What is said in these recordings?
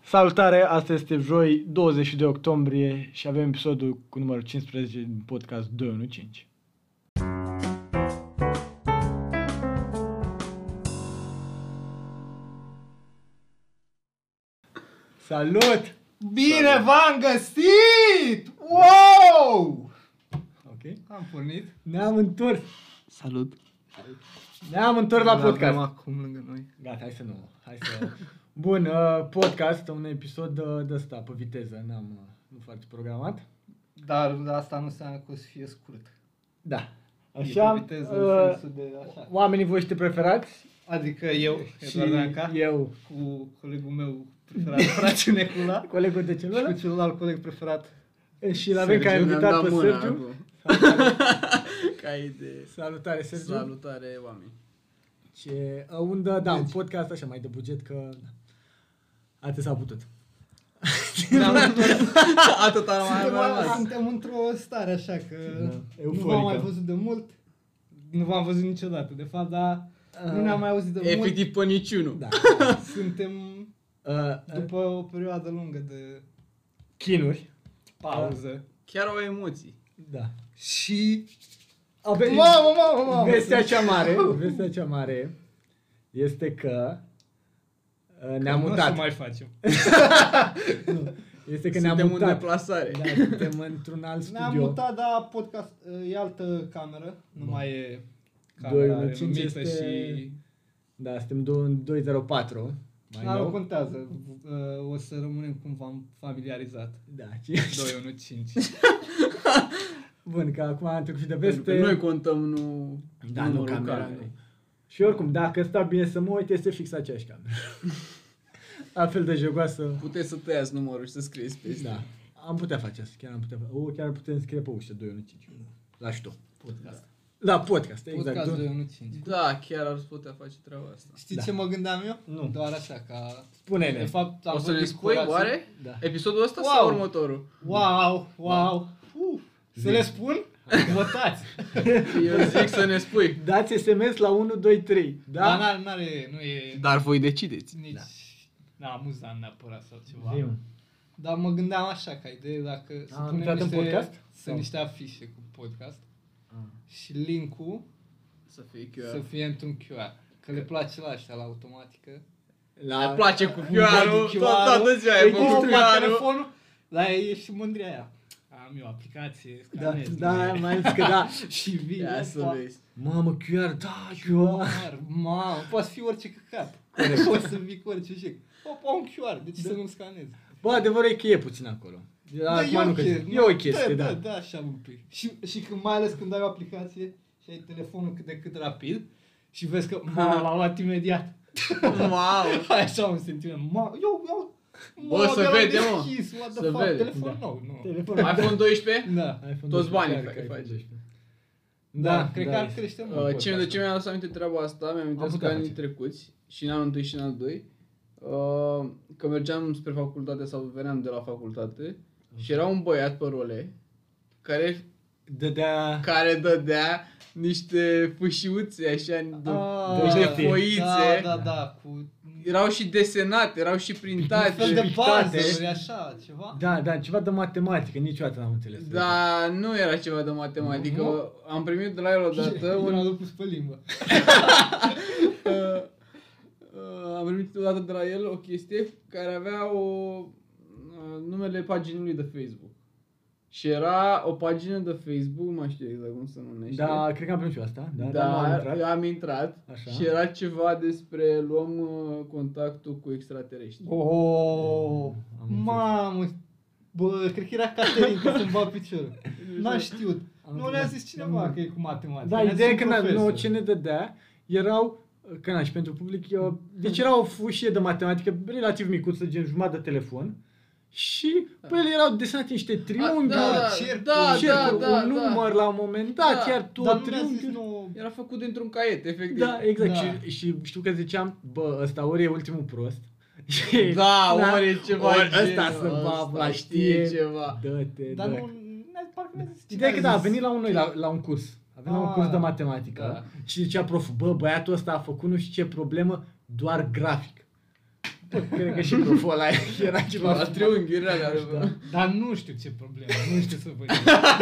Salutare, asta este joi 22 octombrie și avem episodul cu numărul 15 din podcast 215. Salut! Bine v-am găsit! Wow! Ok. Am pornit. Ne-am întors. Salut! Ne-am întors la Îl avem podcast. acum lângă noi. Gata, hai să nu. Hai să... Bun, uh, podcast, un episod uh, de ăsta, pe viteză, n-am, uh, nu foarte programat. Dar asta nu înseamnă că o să fie scurt. Da. E Așa, pe viteză, în uh, sensul de așa. oamenii voștri preferați Adică eu, și Eduard Danca, eu, cu colegul meu preferat, Horace Necula, și colegul de cu celălalt, celălalt coleg preferat. și l avem ca Sergiu, mi-am invitat dat pe mâna Sergiu. acum. Ca idee. Salutare, Sergiu. Salutare, oameni. Ce, uh, un, da, da, Deci- un podcast așa mai de buget că da. atât s-a putut. Atât am mai Suntem, am rămas. suntem într-o stare așa că Da, nu euforică. v-am mai văzut de mult. Nu v-am văzut niciodată, de fapt, dar Ah, nu ne-am mai auzit de mult. Efectiv pe niciunul. Uh, Da. Suntem Uh, uh, după o perioadă lungă de chinuri. pauză. Chiar au emoții. Da. Și... Ape- Mamă, mamă, mamă! Vestea cea mare, vestea cea mare este că uh, ne-am Nu o mutat. să mai facem. Este că ne-am Suntem în mutat. deplasare. Da, suntem într-un alt studio. Ne-am mutat, dar podcast e altă cameră. Nu mai e camera 215 renumită este și... Da, suntem dou- în 204. Mai Dar nu nou. contează. Uh, O să rămânem cum v-am familiarizat. Da, ci- 215. Bun, că acum am trecut și de Pentru că veste. Noi contăm nu da, nu numărul camera. camerei. Și oricum, dacă sta bine să mă uit, este fix aceeași cameră. Altfel de jogoasă. Puteți să tăiați numărul și să scrieți peste. Da. Am putea face asta, chiar am putea face. O, chiar putem scrie pe ușă 215. La știu. Podcast. La podcast, exact. Podcast Du- 215. Da, chiar ar putea face treaba asta. Știi Da. ce mă gândeam eu? Nu. Doar așa, ca... Spune-ne. De fapt, am O să le vorbit cu spui, Horațiu. oare? Da. Episodul ăsta Wow! sau următorul? Wow, wow. Uf. Să le spun? Votați. Eu zic să ne spui. Dați SMS la 123. Da? Da? Dar n are nu e Dar voi decideți. nici... Da. amuzant neapărat sau ceva. Zi-mă. Dar mă gândeam așa, ca idee, dacă să Am punem intrat în niște, podcast? Să Sau? Ah. niște afișe cu podcast și link-ul Să fie să QR. fie într-un QR. Că le place la ăștia, la automatică. La... Le place cu Un QR-ul. cod Tot, cu QR-ul, toată ziua Păi îi e pun cu pe QR-ul. telefonul, dar e și mândria aia. Am eu aplicație, Da, scanez, da, nu e. mai ales că da. și vine. Ia să fac vezi. Mamă, QR, da, QR. QR, mamă, poate fi orice căcat. Corect. Da. Poți să vii cu orice și Opa, un QR, de ce să nu scanez? Bă, adevărul e că e puțin acolo. De la Da, acum nu că zic. E o chestie, da. da. Da, așa un pic. Și, și când, mai ales când ai o aplicație și ai telefonul cât de cât rapid și vezi că m-a l-a luat imediat. Wow! Ai așa un sentiment. Ma, eu, eu, Bă, mă, să de la vede, mă. deschis, what the Să fuck, vede. telefon Da. nou, nu. Telefonul. iPhone 12? Da. iPhone Toți 12, banii clar care că faci. iPhone 12. Da, Da, cred da, că ar e. crește mult. Uh, ce, podcastul. de ce mi-am adus aminte treaba asta? Mi-am Am aminte că putea anii face. trecuți, și în anul 1 și în anul 2, uh, că mergeam spre facultate sau veneam de la facultate și era un băiat pe role care, Dădea... care dădea niște fâșiuțe așa, de, Ah, niște hârtie. foițe. Da, da, da, cu Erau și desenate, erau și un fel printate. de pictate. puzzle, așa, ceva. Da, da, ceva de matematică, niciodată n-am înțeles. Da, Dar Da, nu era ceva de matematică. Nu? Am primit de la el odată Da, un Una l-a pus pe limbă. uh, uh, am primit odată de la el o chestie care avea o, uh, numele paginii lui de Facebook. Și era o pagină de Facebook, nu mai știu exact cum se numește. Da, cred că am primit și eu asta. Da, da, dar nu am intrat. am, intrat Așa. și era ceva despre luăm uh, contactul cu extraterestri. Oh, Am înțeles. mamă, bă, cred că era Caterin că să-mi bat piciorul. N-a știut. Exact. Am nu întrebat. le-a zis cineva Nu. că e cu matematică. Da, Ne-a ideea e zis că un na, profesor. nu, ce ne dădea erau că na, și pentru public, eu, deci era o fușie de matematică relativ micuță, gen jumătate de telefon și pe ele erau desenate niște triunghi, da, da, cercul, da, cercul, da, da, un număr la un moment dat, Da, chiar tot Dar nu le-a zis triunghi. nu... Era făcut dintr-un caiet, efectiv. Da, exact. Da. Și, și, știu că ziceam, bă, ăsta ori e ultimul prost. Și- Da, ori e ceva Ori genul ăsta să ăsta babla știe știe ceva. Dă-te, Dar dă. nu... ne- Parcă ne-a zis Ideea e că cineva. da, a venit la un noi, la, la un curs. A venit la un Ah, curs de matematică da. și zicea proful, bă, băiatul ăsta a făcut nu știu ce problemă, doar grafic. Bă, cred că și proful ăla era Da. ceva... La triunghi, era de Da. Dar nu știu ce problemă, nu știu să văd.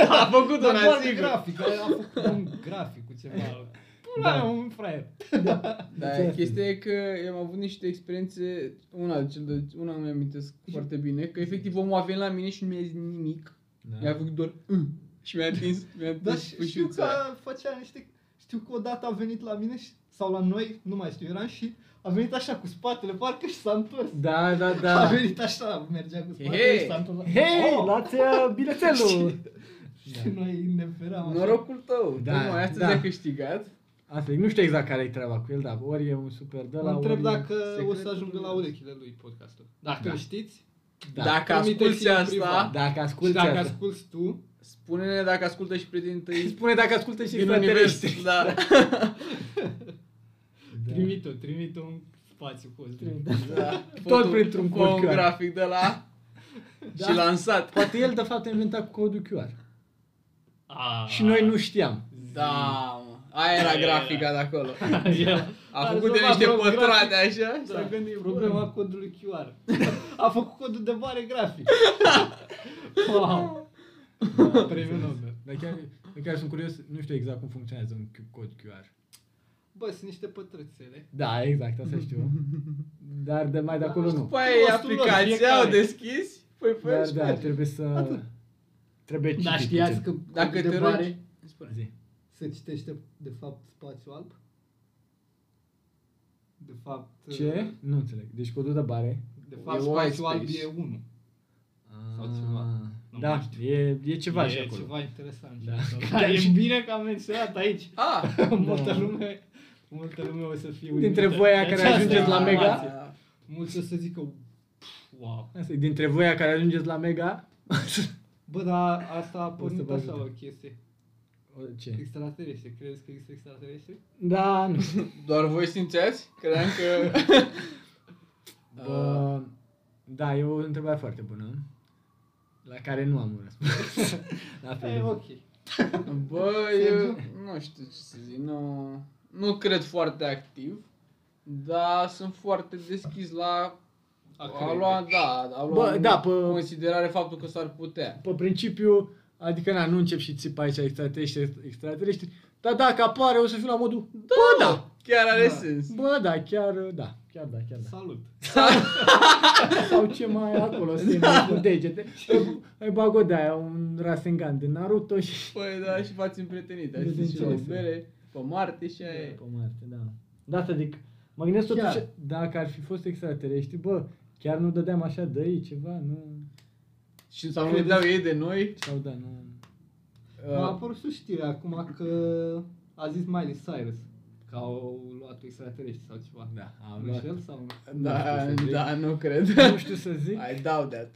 A făcut-o, Dar doar n-a de sigur. grafic, a făcut un grafic cu ceva. Pula Da. mea, un fraier. Da, Exact. chestia e că am avut niște experiențe, una, cel de, una îmi amintesc foarte bine, că efectiv omul a venit la mine și nu mi-a zis nimic. Mi-a făcut doar "Mm" și mi-a atins, mi-a Da, atins și știu că fâșiuța. făcea niște... Știu că odată a venit la mine și, sau la noi, nu mai știu, eram și a venit așa cu spatele, parcă și s-a întors. Da, da, A da. venit așa, mergea cu spatele Hei! și s-a întors. Hei, Oh! luați uh, bilețelul! Și noi ne feram așa. Norocul tău, Da, da, mai astăzi da. ai câștigat. Asta e, nu știu exact care e treaba cu el, dar ori e un super de Mă la întreb ori... dacă o să secretul ajungă la lui. urechile lui podcastul. Dacă Da. da. știți, Da. Dacă Trimite asculti și în asta, privat. Dacă și asculti dacă asta. asculti tu, spune-ne dacă ascultă și prietenii tăi Spune dacă ascultă și din univers. extraterestri. Da. Da. trimite-o, trimite-o în spațiu cosmic. da. Tot printr-un cu cod un QR. grafic de la Da. și lansat. Poate el, de fapt, a inventat codul QR. Ah. Și noi nu știam. Da, mă. Aia era Aia grafica de acolo. Ia. A Dar făcut de rezolvat niște vreun pătrate Da, grafic. așa și s-a Da, gândit. problema codului QR. A făcut codul de bare grafic. wow. Da, Premiul Nobel. Dar chiar, dar chiar sunt curios, nu știu exact cum funcționează un Q- cod QR. Bă, sunt niște pătrățele. Da, exact, asta știu. Dar de mai de Da, acolo nu. După aia e Rostul lor, Păi, aplicația, fiecare. o deschizi, pui pe Dar el și da, merge. trebuie să... Trebuie citit. Dar știați puțin. că Dacă codul te de rogi... bare Spune. Zi. se citește de fapt spațiu alb? De fapt... Ce? Nu înțeleg. Deci codul de bare. De fapt, E spațiul white alb space. e 1. Sau Ah, ceva. Nu Da, mai știu. e, e ceva și e acolo. ceva interesant. Da. Da. Care e bine că am menționat aici. A! multă lume, multă lume o să fie uimită. Dintre voi aia de care această ajungeți la Mega? informație. Mulți o să zică, wow. Asta e dintre voi aia care ajungeți la Mega. Bă, dar asta a pornit vă așa ajute. o chestie. O, Ce? Extraterestre. Crezi că există extraterestre? Da, nu. Doar voi simțeați? Credeam că... Bă, da, e o întrebare foarte bună. La care nu am un răspuns. la fel. E de- ok. Bă, eu Sergiu? nu știu ce să zic, nu, nu cred foarte activ, dar sunt foarte deschis la A a crede. lua, da, a lua Bă, în da, pă- considerare faptul că s-ar putea. Pe principiu, adică na, nu încep și țip aici extraterestri, extraterestri, dar dacă apare o să fiu la modul, bă da, Chiar are Da. sens. bă da, chiar da, chiar da, chiar da. Salut. Sau ce mai e acolo, se da. cu degete. Ai bag o de aia, un Rasengan de Naruto și... Păi da, și v-ați împrietenit, Nu ați știu zis și ce la o să- bere, pe Marte și aia e. Pe Marte, da. Da, asta adică, mă gândesc Chiar. totuși, dacă ar fi fost extraterestri, bă, chiar nu dădeam așa de ei ceva, nu... Și sau nu Credeți- dau ei de noi. Sau da, nu... A Uh, apărut și știrea acum că a zis Miley Cyrus că au luat extraterestri sau ceva. Da, am luat. Înșel sau nu? da, nu știu să zic. da, nu cred. Nu știu să zic, I doubt that.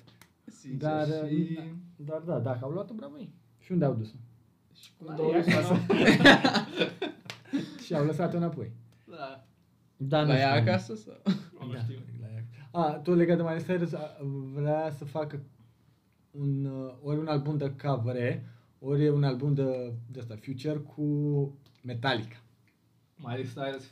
Sincer. dar... și- Dar da, dacă au luat-o, bravo ei. Și unde au dus-o? Și cum Da, două e ore acasă. sau- Și au lăsat-o înapoi. Da. Da, La ea acasă sau? Nu știu. la ea. A, tot legat de Miley Cyrus, a, vrea să facă un, uh, ori un album de cavere, ori e un album de, de asta, Future cu Metallica. Miley Cyrus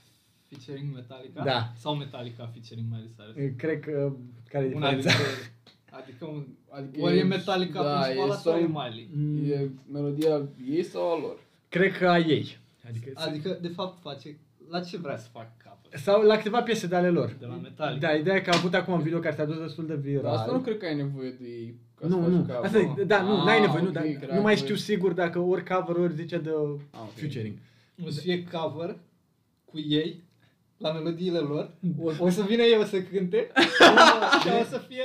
featuring Metallica? Da. Sau Metallica featuring Miley Cyrus? E, Cred că care e Una diferența. dintre... Adică, un, Adică ori e- e Metallica é da, é um principală e sau e song- Miley? Mm, é E melodia é ei sau a lor? Cred că a ei. Adică, Adică, de fapt, face... La ce vrea să fac cover? sau la câteva piese de ale lor. De la Metallica. Da, ideea e că a avut acum un video care s-a dus destul de Dar viral. asta nu cred că ai nevoie de ei. ca să nu, faci nu. cover. Asta Assim, e, da, nu, Ah, n-ai nevoie, nu, ok, dar cred nu mai că- Ah, știu sigur dacă ori cover, ori zice de ok. featuring. O să fie cover cu ei, la melodiile lor. O Da. O să vină eu să cânte și o să fie...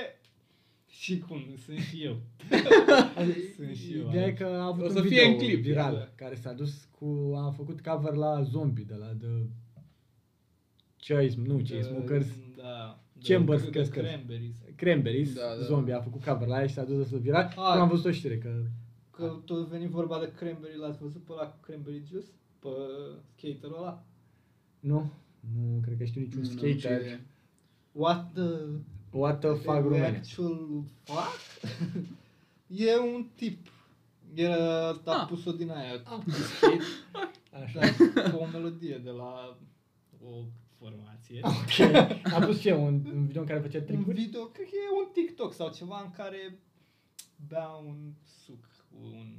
Și cum? Sunt și eu. Sunt și eu. Ideea e aici. că a avut O un să fie video în clip, viral da. care s-a dus cu a făcut cover la zombie de la de ce ai, nu, ce ai, smokers, Da. de- Chambers de Crackers. Cranberries. Cranberries, Da, da. zombie a făcut cover la ea și s-a dus destul de viral. Ah. Am văzut o știre că Ah. Că tot veni vorba de cranberry, l-ați văzut pe la cranberry juice? Pe skaterul ăla? nu, nu cred că știu niciun Nu, nu, skater. ce- What the... What the fuck the Romania. actual fuck? e un tip. Era, a Ah. pus-o din aia. Ah. Ah. Așa. Cu o melodie de la o informație. Ok. A pus ce? Un, un video în care făcea Un tricuri? video, cred că e un TikTok sau ceva în care bea un suc cu un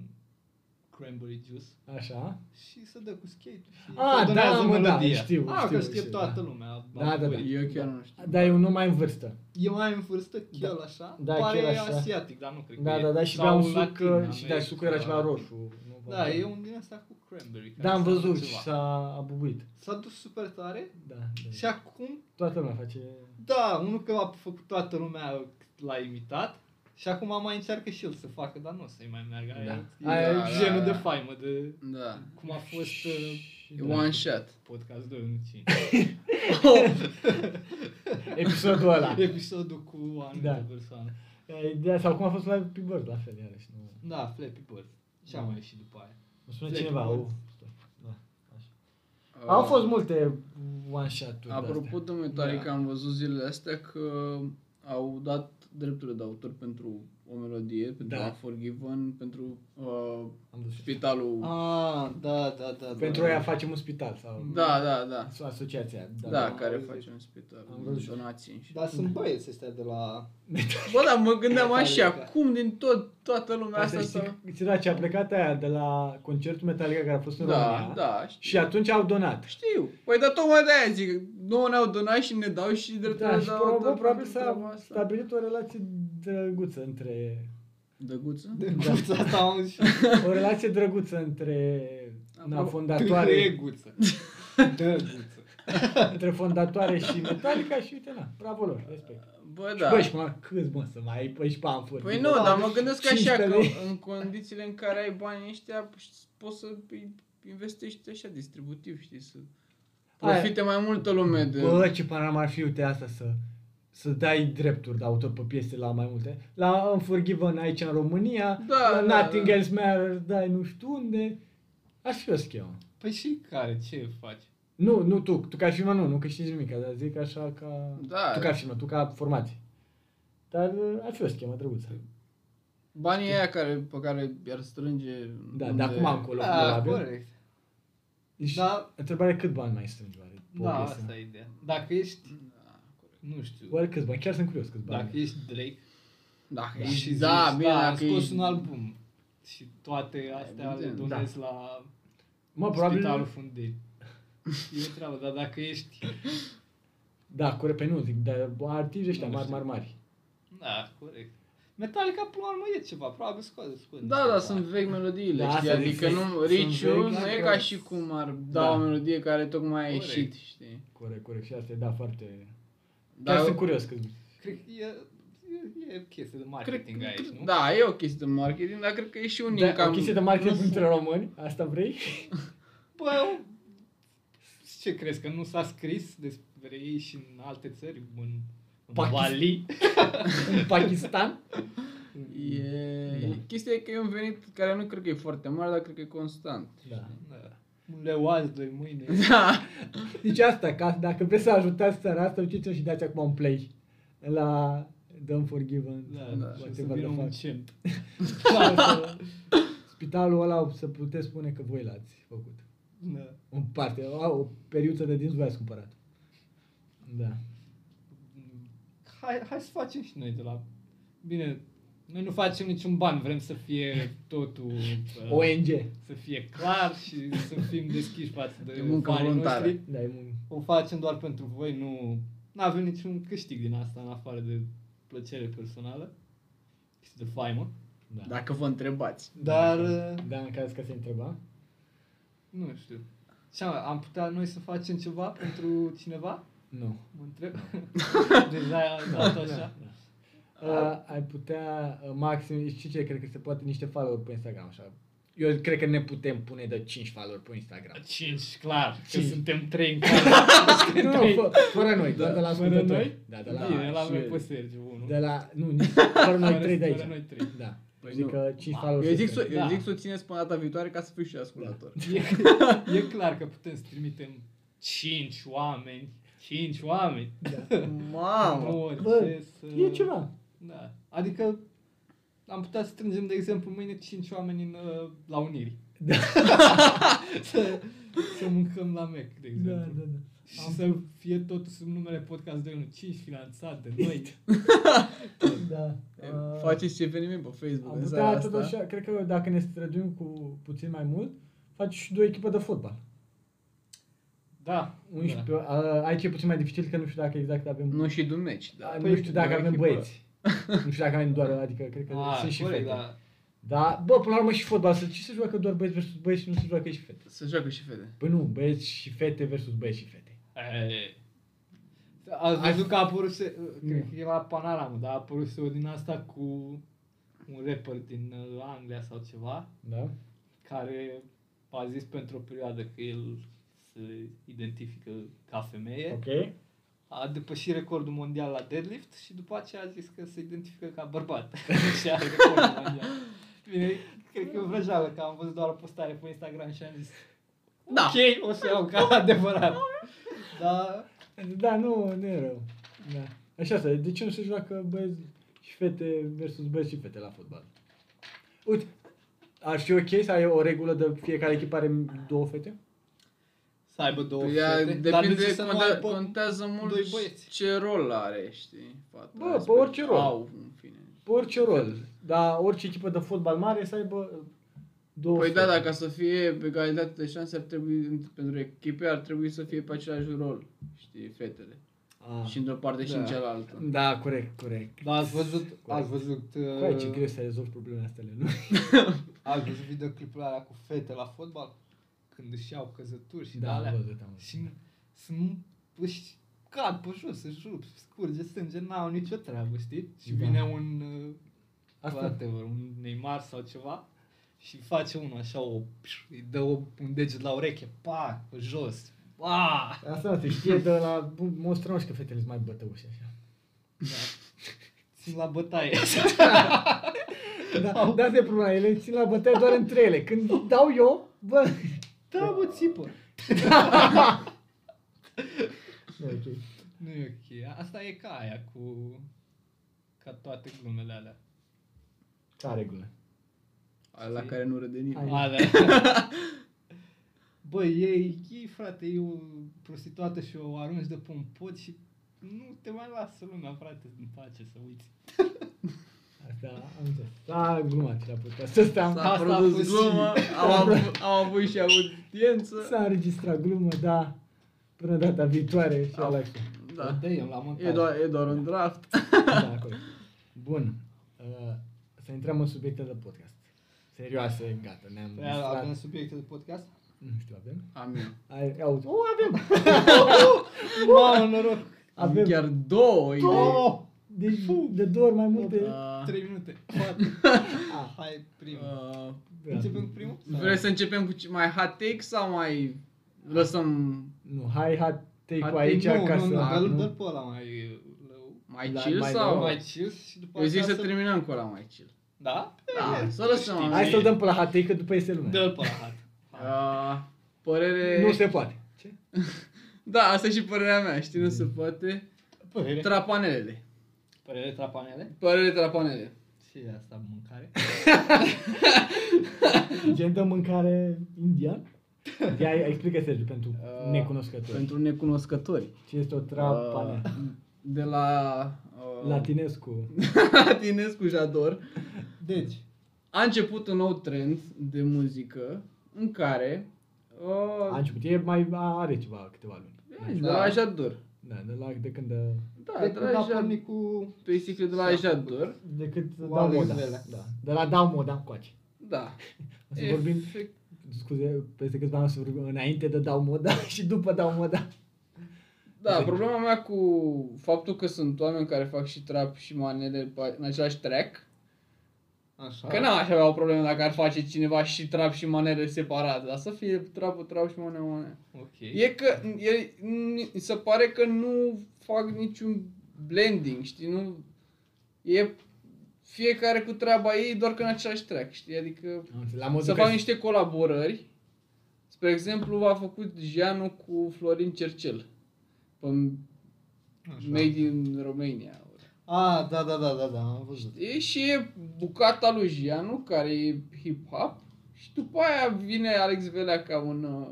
cranberry juice Așa. și se dă cu skate și Ah, coordonează da, mă, da, melodia. știu, Ah, știu, că știe știu, toată da. lumea. Da, da, da. Eu chiar nu știu. Dar e un om mai în vârstă. E mai în vârstă, chiar Da. așa, Da, pare chiar așa. asiatic, dar nu cred că Da, e. da, da, și Sau bea un suc, latin, uh, și da, America. sucul era ceva roșu. Nu vă Da, mai- e un din asta cu cranberry. care Da, am seamănă văzut și ceva. s-a abubuit. S-a dus super tare Da, da. și acum, Toată lumea face... da, unul că a făcut toată lumea l-a imitat și acum mai încearcă și el să facă, dar nu o să-i mai meargă. Da. Aia e Aia e- genul da, de da. faimă de Da. cum a fost uh, E da. one shot. Podcast 2, nu 5. Episodul ăla. episodul cu anumite Da. da. persoane. Da, sau cum a fost la Happy Bird, la fel, iarăși. Nu, Da, Flappy Bird. Și Da. am mai ieșit după aia. nu spune Flappy cineva. Bird. U, da. Au fost multe one-shot-uri Apropo de-astea. de Metallica, Da. am văzut zilele astea că au dat drepturile de autor pentru o melodie, pentru Da. Unforgiven, pentru uh, Am văzut. Spitalul. Ah, da, da, da. Pentru aia facem un spital sau... Da, da, da. Sau asociația. Da, Da. am care auzit. face un spital. Am văzut. Da. Donații și... Dar sunt băieți ăstea de la... Mhm. Bă, dar mă gândeam Metallica. așa, cum din tot, toată lumea Asta asta știi, să... că- ți da, ce a plecat aia de la concertul Metallica care a fost în Da, România. da, Și știu. atunci au donat. Știu. Păi, dar tocmai de aia zic, nouă ne-au donat și ne dau și drepturile Da, și de autor. probabil, probabil pentru treaba s-a asta. stabilit o relație drăguță între... Dăguță? De guță asta am și... O relație drăguță între na, Apropo- fondatoare, guță. De guță. între fondatoare și Metallica și uite, na, bravo lor, respect. Bă, Da. da. Băi, și mă, câți mă să mai ai, băi, și panfuri. Păi nu, dar mă gândesc așa că 15 în condițiile în care ai banii ăștia păi poți să îi investești așa distributiv, știi, să profite mai multă lume de... Bă, ce param ar fi, uite, asta să să dai drepturi de autor pe piese la mai multe. La Unforgiven aici în România, Da, la da, Nothing da. Else Matters dai nu știu unde. Aș fi o schemă. Păi și care? Ce faci? Nu, nu tu, tu ca firmă nu, nu câștigi nimic, dar zic așa ca... Da. Tu ca firmă, tu ca formație. Dar uh, ar fi o schemă drăguță. Banii aia care, pe care i-ar strânge... Da, unde- de acum încolo, Da, probabil. corect. Și Da. întrebarea e cât bani mai strângi oare? pe o Da, piesă? asta e ideea. Dacă ești... Da, corect. Nu știu. Oare câți bani? Chiar sunt curios câți bani. Dacă ești Drake Dacă da, ești, și da, zici, bine, da, am dacă scos ești... un album și toate astea le evident, donezi la Mă, spitalul probabil... fundei. E o treabă, dar dacă ești... Da, corect, pe nu, zic, dar artiști ăștia Nu mari, știu. mari, mari. Da, corect. Metallica, până la urmă, e ceva. Probabil scoate, scoate. Da, da, sunt vechi melodiile, Da, știi? asta Adică zic, nu, sunt Riciu vechi, nu e dar- ca și cum ar da, Da. o melodie care tocmai a Corect. ieșit, știi? Corect, corect, și asta e, da, foarte... Da, Dar Dar sunt curios câți bani. Cred că e, e, e chestie de cred, marketing aici, cred, nu? da, e o chestie de marketing, dar cred că e și un Da, o chestie de marketing între români, asta vrei? Bă, eu- ce crezi, că nu s-a scris despre ei și în alte țări? În, în Pakistan. Bali? În Pakistan? E... Da. Chestia e că e un venit care nu cred că e foarte mare, dar cred că e constant. Da. Da. Un leu azi, doi mâine. Da. Deci asta, ca, dacă vreți să ajutați țara asta, uciți-o și dați acum un play la The Unforgiven. Da, Da. da. Și o să vină un cent. Spitalul ăla o să puteți spune că voi l-ați făcut. Da. În parte, o, o periuță de dinți voi ați cumpărat. Da. Hai, hai să facem și noi de la... Bine, noi nu facem niciun ban, vrem să fie totul... uh, ONG. Să fie clar și să fim deschiși față de E muncă fanii voluntară. noștri. Da, e un... O facem doar pentru voi, nu... N-avem niciun câștig din asta, în afară de plăcere personală și de faimă. Da. Dacă vă întrebați. Dar, Da, în caz că se întreba. nu știu. Ce am, am putea noi să facem ceva pentru cineva? Nu. Mă întreb. Deja da, tot așa. Uh, ai putea, uh, maxim, știi ce, cred că se poate niște follower pe Instagram, așa. Eu cred că ne putem pune de 5 follower pe Instagram. 5, clar, că Da. Cinci. suntem 3 în care. Nu, nu, fă- fără noi, doar de la Fără ascultători. noi? Da, de Da, la, Bine, la și- noi pe Sergiu 1. De la, nu, nici, fără noi Fără- 3 de fără aici. noi trei. Da. Păi zic nu. că 5 follower. Eu zic, să să, eu Da. zic să o țineți până data viitoare ca să fiu și ascultător. E, e clar că putem să trimitem 5 oameni, 5 oameni. Mamă! Orice Bă, să... E ceva. Da. Adică am putea să strângem, de exemplu, mâine 5 oameni în, uh, la Unirii. Da, să, să mâncăm la Mac, de da, exemplu. da, da. și să fie totul sub numele podcast 215 finanțat de noi. Da. Uh, Faceți ce eveniment pe Facebook Am în putea seara tot asta. așa, cred că dacă ne străduim cu puțin mai mult, faci și două echipe de fotbal. Da, 11, da. aici e puțin mai dificil că nu știu dacă exact avem... Nu și de un meci, da, da. nu păi, știu dacă două avem echipe. băieți. nu știu dacă avem doar, adică cred că A, sunt și corect, fete. Da. da. bă, până la urmă și fotbal, să ce se joacă doar băieți versus băieți și nu se joacă și fete? Se joacă și fete. Păi nu, băieți și fete versus băieți și fete. E. Ați văzut că a apărut, se, uh, cred că era Panaramă, dar a apărut o din asta cu un rapper din uh, Anglia sau ceva, Da? care a zis pentru o perioadă că el se identifică ca femeie. Ok. A depășit recordul mondial la deadlift și după aceea a zis că se identifică ca bărbat. și are recordul mondial. Bine, cred că e o vrăjeală, că am văzut doar o postare pe Instagram și am zis Da. Ok, o să iau ca adevărat. Dar Da, nu, nu e rău. Da. Așa asta, de ce nu se joacă băieți și fete versus băieți și fete la fotbal? Uite, ar fi ok să ai o regulă de fiecare echipă are două fete? să aibă două Păi ea fete. Dar de ce depinde, să nu conte- aibă- contează doi mult băieți? ce rol are, știi? Fata Bă, pe respectivă. orice rol. Au, în fine. Pe orice rol. Dar orice echipă de fotbal mare să aibă două Păi fete. da, dacă să fie pe egalitate de șanse, ar trebui, pentru echipe, ar trebui să fie pe același rol, știi, fetele. A. Și într-o parte și Da. în cealaltă. Ah. Da, corect, corect. Dar ați văzut, Corect. ați văzut, Păi, ce greu uh, să rezolvi problemele astea, nu? ați văzut videoclipul alea cu fete la fotbal? Când își iau căzături și de Da, alea. am văzut, am văzut. Și sunt, își cad pe jos, își rup, scurge sânge, n-au nicio treabă, știi? Și Da. vine un, uh, Asta, whatever, un Neymar sau ceva și face unul așa, o, îi dă o, un deget la ureche, pa, pe jos, pa! asta se știe de la monstru, că fetele sunt mai bătăuși așa. Da. Sunt la bătaie. Da, da, de problema, ele țin la bătaie doar între ele. Când dau eu, bă... da, mă, țipă. Nu, e ok. Nu e ok. Asta e ca aia cu... Ca toate glumele alea. Ca regulă. Al la Știi? care nu râde nimeni. Ai. Alea. Bă, ei, ei, frate, e o prostituată și o arunci de pe un pod și nu te mai lasă lumea, frate, în pace să uiți. Asta am înțeles. S-a glumat la podcast ăsta. S-a Asta a produs fost și- glumă, au, avut, au avut și audiență. S-a înregistrat glumă, da. Până data viitoare și Au- ala Da. Dă-i-o la E mâncat. doar, e doar un draft. Da, corect. Bun. Uh, să intrăm în subiecte de podcast. Serioase, gata, ne-am Păi, avem distrat. subiecte de podcast? Nu știu, avem? Am eu. Ai, auzi. Oh, O, avem! Mamă, noroc! Avem. Avem chiar două idei. Două! Deci, de două ori mai multe. Uh, Trei minute. Patru. Ah, Hai, primul. uh, da. Începem cu primul? Vrei să începem cu ce- mai hot take sau mai lăsăm Nu, hai, hai, take Hai, cu aici nu, ca nu, să... Nu, Ah, dă-l, dă-l pe ăla mai lău. mai Da, chill mai sau... dăm, Mai chill și după eu zic aceea să terminăm cu ăla mai chill. Da? Ah, Da, să Știi. lăsăm Hai să-l dăm pe la hatei, că după este lumea. Dă-l pe la hat. Uh, părere... Nu se poate. Ce? Da, asta e și părerea mea, știi, nu se Mm. poate. Părere. Trapanelele. Părere trapanele? Părere trapanele. Și asta, mâncare? Gen de mâncare indian? Ia, explică, Sergiu, pentru Uh, necunoscători. Pentru necunoscători. Ce este o trapană? Uh, de la... Uh, Latinescu. Latinescu Jador. Deci, A început un nou trend de muzică în care... A Uh, început. E mai are ceva câteva luni. de la Jador. Da, de la de când de, Da, de de când la a Jador. Exact. pornit cu... Basically de la Jador. de cât Cu dau Alex moda. Velea. Da. De la dau moda încoace. Da. O să vorbim Efect- scuze, peste câțiva ani o să vorbim înainte de dau moda și după dau moda. Da, problema mea cu faptul că sunt oameni care fac și trap și manele pe- în același track, Așa. Că n-aș avea o problemă dacă ar face cineva și trap și manele separat, dar să fie trap trap și manele manele. Ok. E că e, mi se pare că nu fac niciun blending, știi, nu e fiecare cu treaba ei, doar că în același track, știi, adică Am înțeles, La modul să că- fac niște colaborări. Spre exemplu, a făcut Jeanu cu Florin Cercel pe Made in Romania. A, da, da, da, da, da, am văzut. E și e bucata lui Gianu, care e hip-hop, și după aia vine Alex Velea ca un uh,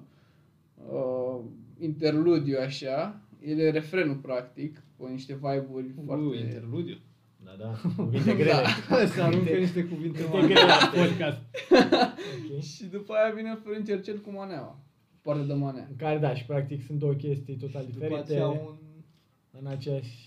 uh, interludiu așa, el e refrenul practic, cu niște vibe-uri foarte... Foarte... interludiu. Da, da, cuvinte grele. Să aruncă niște cuvinte Cuvinte mari. grele la podcast. Ok. Și după aia vine Florin Cercel cu maneaua. Poartă de manea. În care, da, și practic sunt două chestii total Și După diferite aceea un... în aceeași...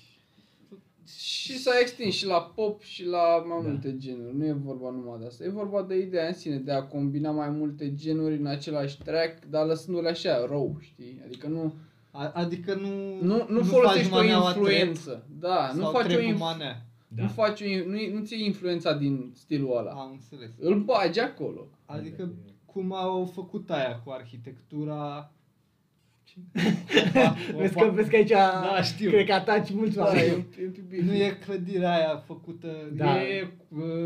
Și s-a extins și la pop și la mai multe genuri. Nu e vorba numai de asta. E vorba de ideea în sine, de a combina mai multe genuri în același track, dar lăsându-le așa, row, știi? Adică nu, A- Adică nu... nu, nu, faci folosești o maneaua influență. Da, trep nu sau faci, o trep cu inf- manea. nu Da. faci o in- nu, nu ți influența din stilul ăla. Am înțeles. Îl bagi acolo. Adică cum au făcut aia cu arhitectura... Vezi că, vezi că aici Da, știu. cred că ataci mulți Da, e, oameni. e, e, Nu e clădirea aia făcută, da. Da. e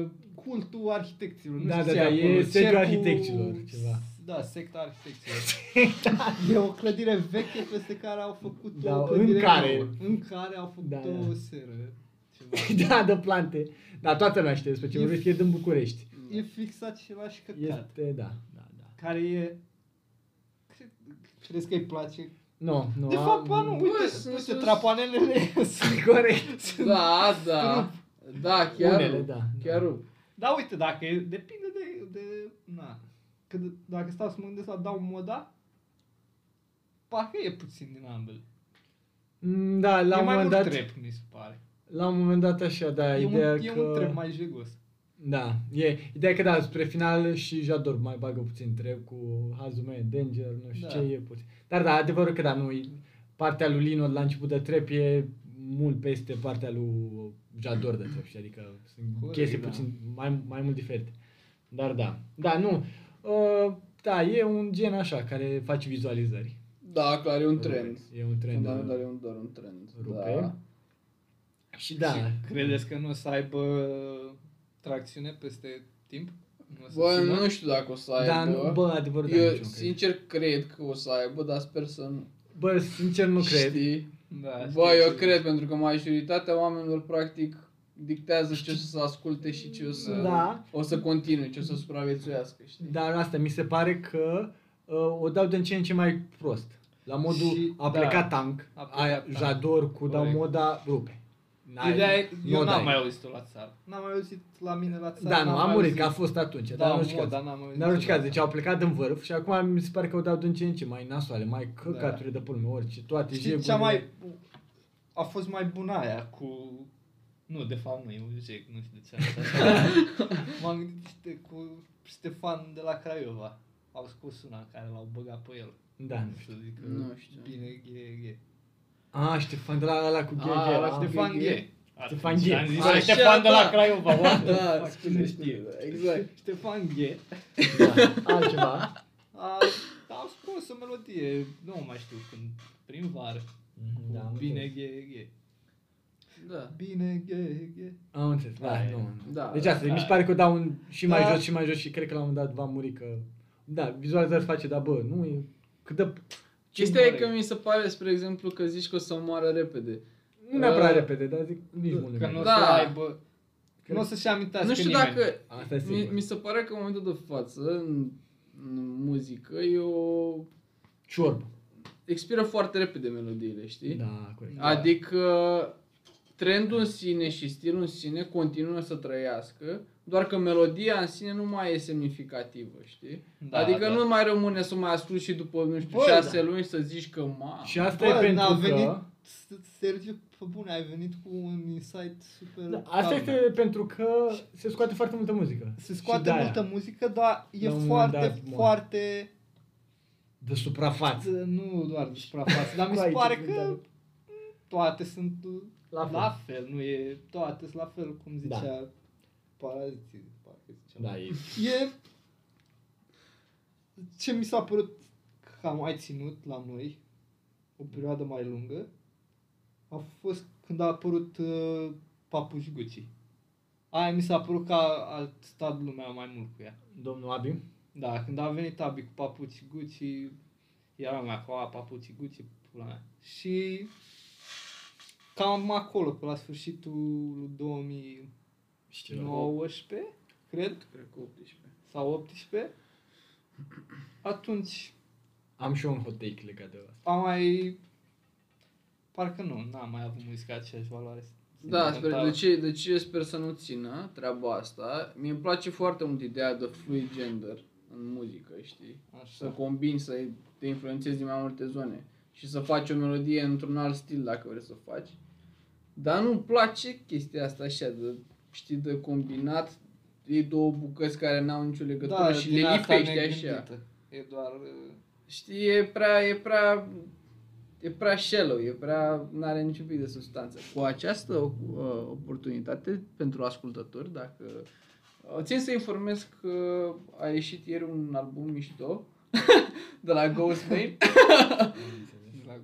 uh, cultul arhitecților. Nu Da, știu da, ce da, e acolo, sediul cercul- arhitecților, ceva. Da, secta arhitecților. e o clădire veche peste care au făcut Da, o în clădire care- nouă, în care au făcut Da, o da. seră. Ceva. da, de plante. Da, toată lumea știe despre ce E- vorbesc, că e din București. E fix același căcat. Este, da. da, da. Care e... cre- Crezi că îi place? Nu, nu. De am- fapt, ba nu, uite, Bă, uite, sunt- sunt- trapanelele sunt Corect. Da, da. Da, chiar. Unele, rup. da. Chiar. rup. Da, uite, dacă e, depinde de, de na, că d- dacă stau să mă gândesc la dau moda, parcă e puțin din ambele. Mm, Da, la e un mai moment mult dat, trep, mi se pare. la un moment dat așa, da, E un, ideea e că... un trep mai jegos. Da, e. Ideea e că da, spre final și Jador mai bagă puțin treb cu Hazume, Danger, nu știu Da. da. ce e puțin. Dar da, adevărul că da, nu e- partea lui Lino de la început de trep e mult peste partea lui Jador de trep, știi? Adică sunt Corect, chestii da. puțin mai, mai mult diferite. Dar da, da, nu. Uh, da, e un gen așa care face vizualizări. Da, clar, e un trend. E un trend. Da, da. dar e un, doar un trend. Rupe. Da. Și da, Și credeți că nu o să aibă uh, tracțiune peste timp? Nu o să Bă, țină? nu știu dacă o să aibă. da, nu, bă, adevărul da, Eu nici nu cred. sincer cred că o să aibă, dar sper să nu. Bă, sincer nu cred. Știi? Da, Bă, știu eu ce- cred, pentru că majoritatea oamenilor, practic, dictează ce o să se asculte și ce o să, Da. o să continue, ce o să supraviețuiască, știi? Dar asta mi se pare că uh, o dau din ce în ce mai prost. La modul Și- și, a da. plecat da, tank, A a plecat plecat tank. Jador cu dau Corect. moda, rupe. N-ai- Ideea e, eu n-o n-am dai. mai auzit-o la țară. N-am mai auzit la mine la țară. Da, nu, n-am a mai murit, auzit. că a fost atunci. Da, dar nu mă, știu dar n-am auzit. N-au rușcat, niciodată. deci au plecat în vârf și acum mi se pare că o dau din ce în ce mai nasoale, mai căcaturi de pulme, orice, toate Da. Știi jegurile. cea mai... A fost mai bună aia cu... Nu, de fapt nu, e un jec, nu știu de ce am zis așa. M-am gândit știi, cu Stefan de la Craiova. Au scos una în care l-au băgat pe el. Da, nu Nu știu. știu, zic că Nu știu. bine, ghe, ghe. Ah, Ștefan de la ăla cu Ah, GG. la ah. Ștefan. Stefan ghe, Ghe. Stefan Ghe. Am zis, Așa, Stefan de da. la Craiova, what the Da, fuck, scuze, cine știu, știe. exact. Stefan Ghe Da, altceva. a, a scos o melodie, nu mai știu, când, prin vară, Mhm, da, da, am bine, înțeles. ghe, ghe. Da. Bine, ghe, ghe. Am înțeles, da, Da, nu, nu. da, deci da, asta, da. mi se pare că o dau un, și mai Da. jos și mai jos și cred că la un moment dat va muri că... Da, vizualizări face, dar bă, nu e... Cât de... Chestia e mare că e. mi se pare, spre exemplu, că zici că o să moară repede. Nu neapărat Uh, repede, dar zic nici mult Că nu o să Da. aibă... Nu o să-și amintească Nu știu nimeni. dacă, Asta e Mi, sigur. mi se pare că în momentul de față, în, în muzică, e o... Ciorbă. expiră foarte repede melodiile, știi? Da, corect. Da. Adică trendul în sine și stilul în sine continuă să trăiască, doar că melodia în sine nu mai e semnificativă, știi? Da, adică da. nu mai rămâne să mai ascult și după, nu știu, Bă, șase da. luni să zici că ma. Și asta Bă, e n-a pentru venit că... S- Sergiu, pe bune, ai venit cu un insight super... Da, Asta calm. este pentru că se scoate foarte multă muzică. Se Și scoate de-aia, multă muzică, dar e La un moment foarte, dat, mă. foarte... De suprafață. Nu doar de suprafață, dar mi se Coaice, pare cum că te-am- toate sunt La fel. la fel, nu e... Toate sunt la fel, cum Da. zicea Paraziții, parcă zicea. Da, e... E... Ce mi s-a părut că am mai ținut la noi o perioadă mai lungă a fost când a apărut uh, Papuși Gucci. Aia mi s-a părut că a, a stat lumea mai mult cu ea. Domnul Abi. Da, când a venit Abi cu Papuci Gucci, era lumea cu a, Papuci Gucci, pula mea. Și cam acolo, pe la sfârșitul 2019, Știu. cred, Cred că 18. sau 18, atunci Am și eu un hot take legat de asta. Am mai... Parcă nu, n-am mai avut muzica aceeași valoare. Da, sper, sentimentală. de, ce, de ce sper să nu țină treaba asta? Mie îmi place foarte mult ideea de fluid gender în muzică, știi? Să Așa. combini, să te influențezi din mai multe zone și să faci o melodie într-un alt stil dacă vrei să o faci. Dar nu-mi place chestia asta așa de, știi, de combinat ei două bucăți care n-au nicio legătură Da, și din le asta lipsește negândită. așa. E doar... uh, Știi, e prea, e prea, e prea shallow, e prea, n-are niciun pic de substanță. Cu această uh, oportunitate pentru ascultători, dacă... Uh, țin să informez că a ieșit ieri un album mișto de la Ghostmane.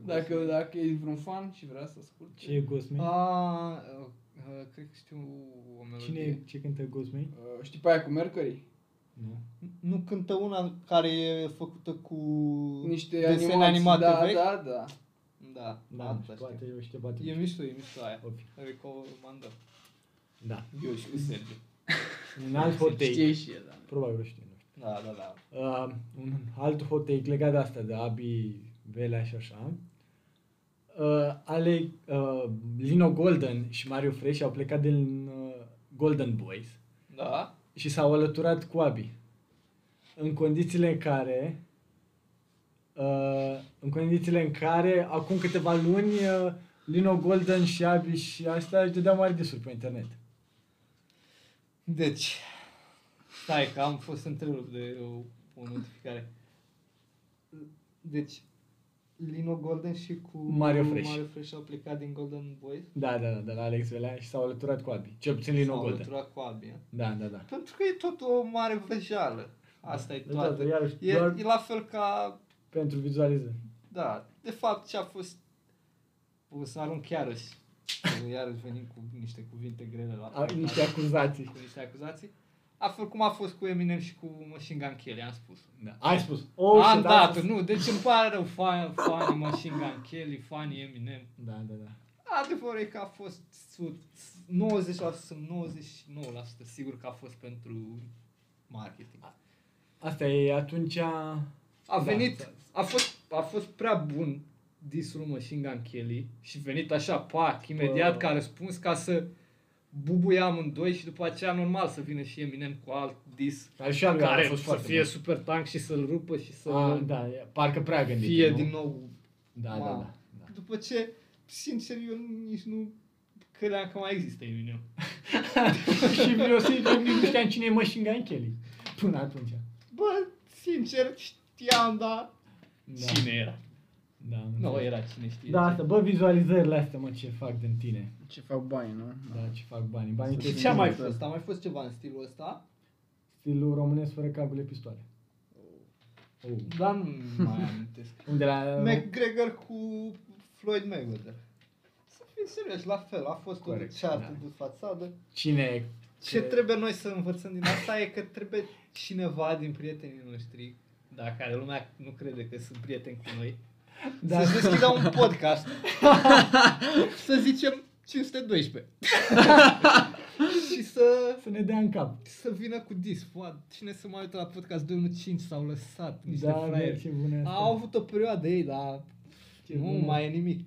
dacă, dacă e vreun fan și vrea să asculte. Ce e Ghostman? A, uh, uh, cred că știu o melodie. Cine e, ce cântă Ghostman? Uh, știi pe aia cu Mercury? Nu. Nu cântă una care e făcută cu Niște Mm. desene animații, animate da, vechi? da, da. Da, da, Da, asta poate știu. eu știu, poate E eu mișto, e mișto aia. știu. Recomandă. Da. Eu și cu Sergiu. Un alt hot take. Știe și el, da. Probabil o știe, nu știu. Da, da, da. Uh, un alt hot take legat de asta, de Abi Velea și așa. Uh, ale uh, Lino Golden și Mario Fresh au plecat din uh, Golden Boys Da? și s-au alăturat cu Abi. În condițiile în care uh, în condițiile în care acum câteva luni uh, Lino Golden și Abi și asta își dădeau mari disuri pe internet. Deci, stai că am fost întrerupt de o, o notificare. Deci, Lino Golden și cu Mario Fresh. Mario Fresh au plecat din Golden Boys. Da, da, da, de la Alex Velea și s-au alăturat cu Abi. Cel puțin Lino S-au Golden. alăturat cu Abia. Da, da, da. Pentru că e tot o mare vrăjeală. Asta e Da, da, toată. iarăși, E, doar- e la fel ca Pentru vizualizări. Da, de fapt ce a fost... O să arunc iarăși. Iarăși venim cu niște cuvinte grele la... A, niște acuzații. cu niște acuzații. La fel cum a fost cu Eminem și cu Machine Gun Kelly, am spus. Da. Ai spus. Oh, Oh, am shit, dat, ai spus. nu, deci îmi pare rău, fan, fanii Machine Gun Kelly, fanii Eminem. Da, da, da. Adevărul e că a fost su- 90%, sunt 99% sigur că a fost pentru marketing. Asta e atunci... A Da, venit, da. a fost, a fost prea bun disul Machine Gun Kelly și venit așa, pac, imediat Bă. ca răspuns ca să bubuie amândoi și după aceea normal să vină și Eminem cu alt dis Al și al lui care a fost să foarte fie bun. super tank și să-l rupă și să A, da, e- parcă prea gândit. fie nu? din nou. Da, da, Mamă. da. da. După ce, sincer, eu nici nu credeam că mai există Eminem. da. și vreau să nici nu știam cine e Machine Gun Kelly. Până atunci. Bă, sincer, știam, dar Da. da. cine era? Da, am Nu înțeles. era cine știe. Da, asta, bă, vizualizările astea, mă, ce fac din tine. Ce fac bani, nu? Da, ce fac banii. Banii Și trebuie ce a mai să- fost? A mai fost ceva în stilul ăsta? Stilul românesc fără cabule pistoale. Oh. Dar Da, nu mai amintesc. Unde la... McGregor cu Floyd Mayweather. Să fim serioși, la fel, a fost o Corect, ceartă da. de fațadă. Cine Ce Cred. trebuie noi să învățăm din asta e că trebuie cineva din prietenii noștri, da, care lumea nu crede că sunt prieteni cu noi, Da. da. să-și deschidă un podcast. să zicem 512. și să să ne dea în cap. să vină cu dis. Foa, cine se mai uită la podcast 2005 s-au lăsat niște Da, da, fraieri. ce bună e asta. Au avut o perioadă ei, dar Ce nu bună. mai e nimic.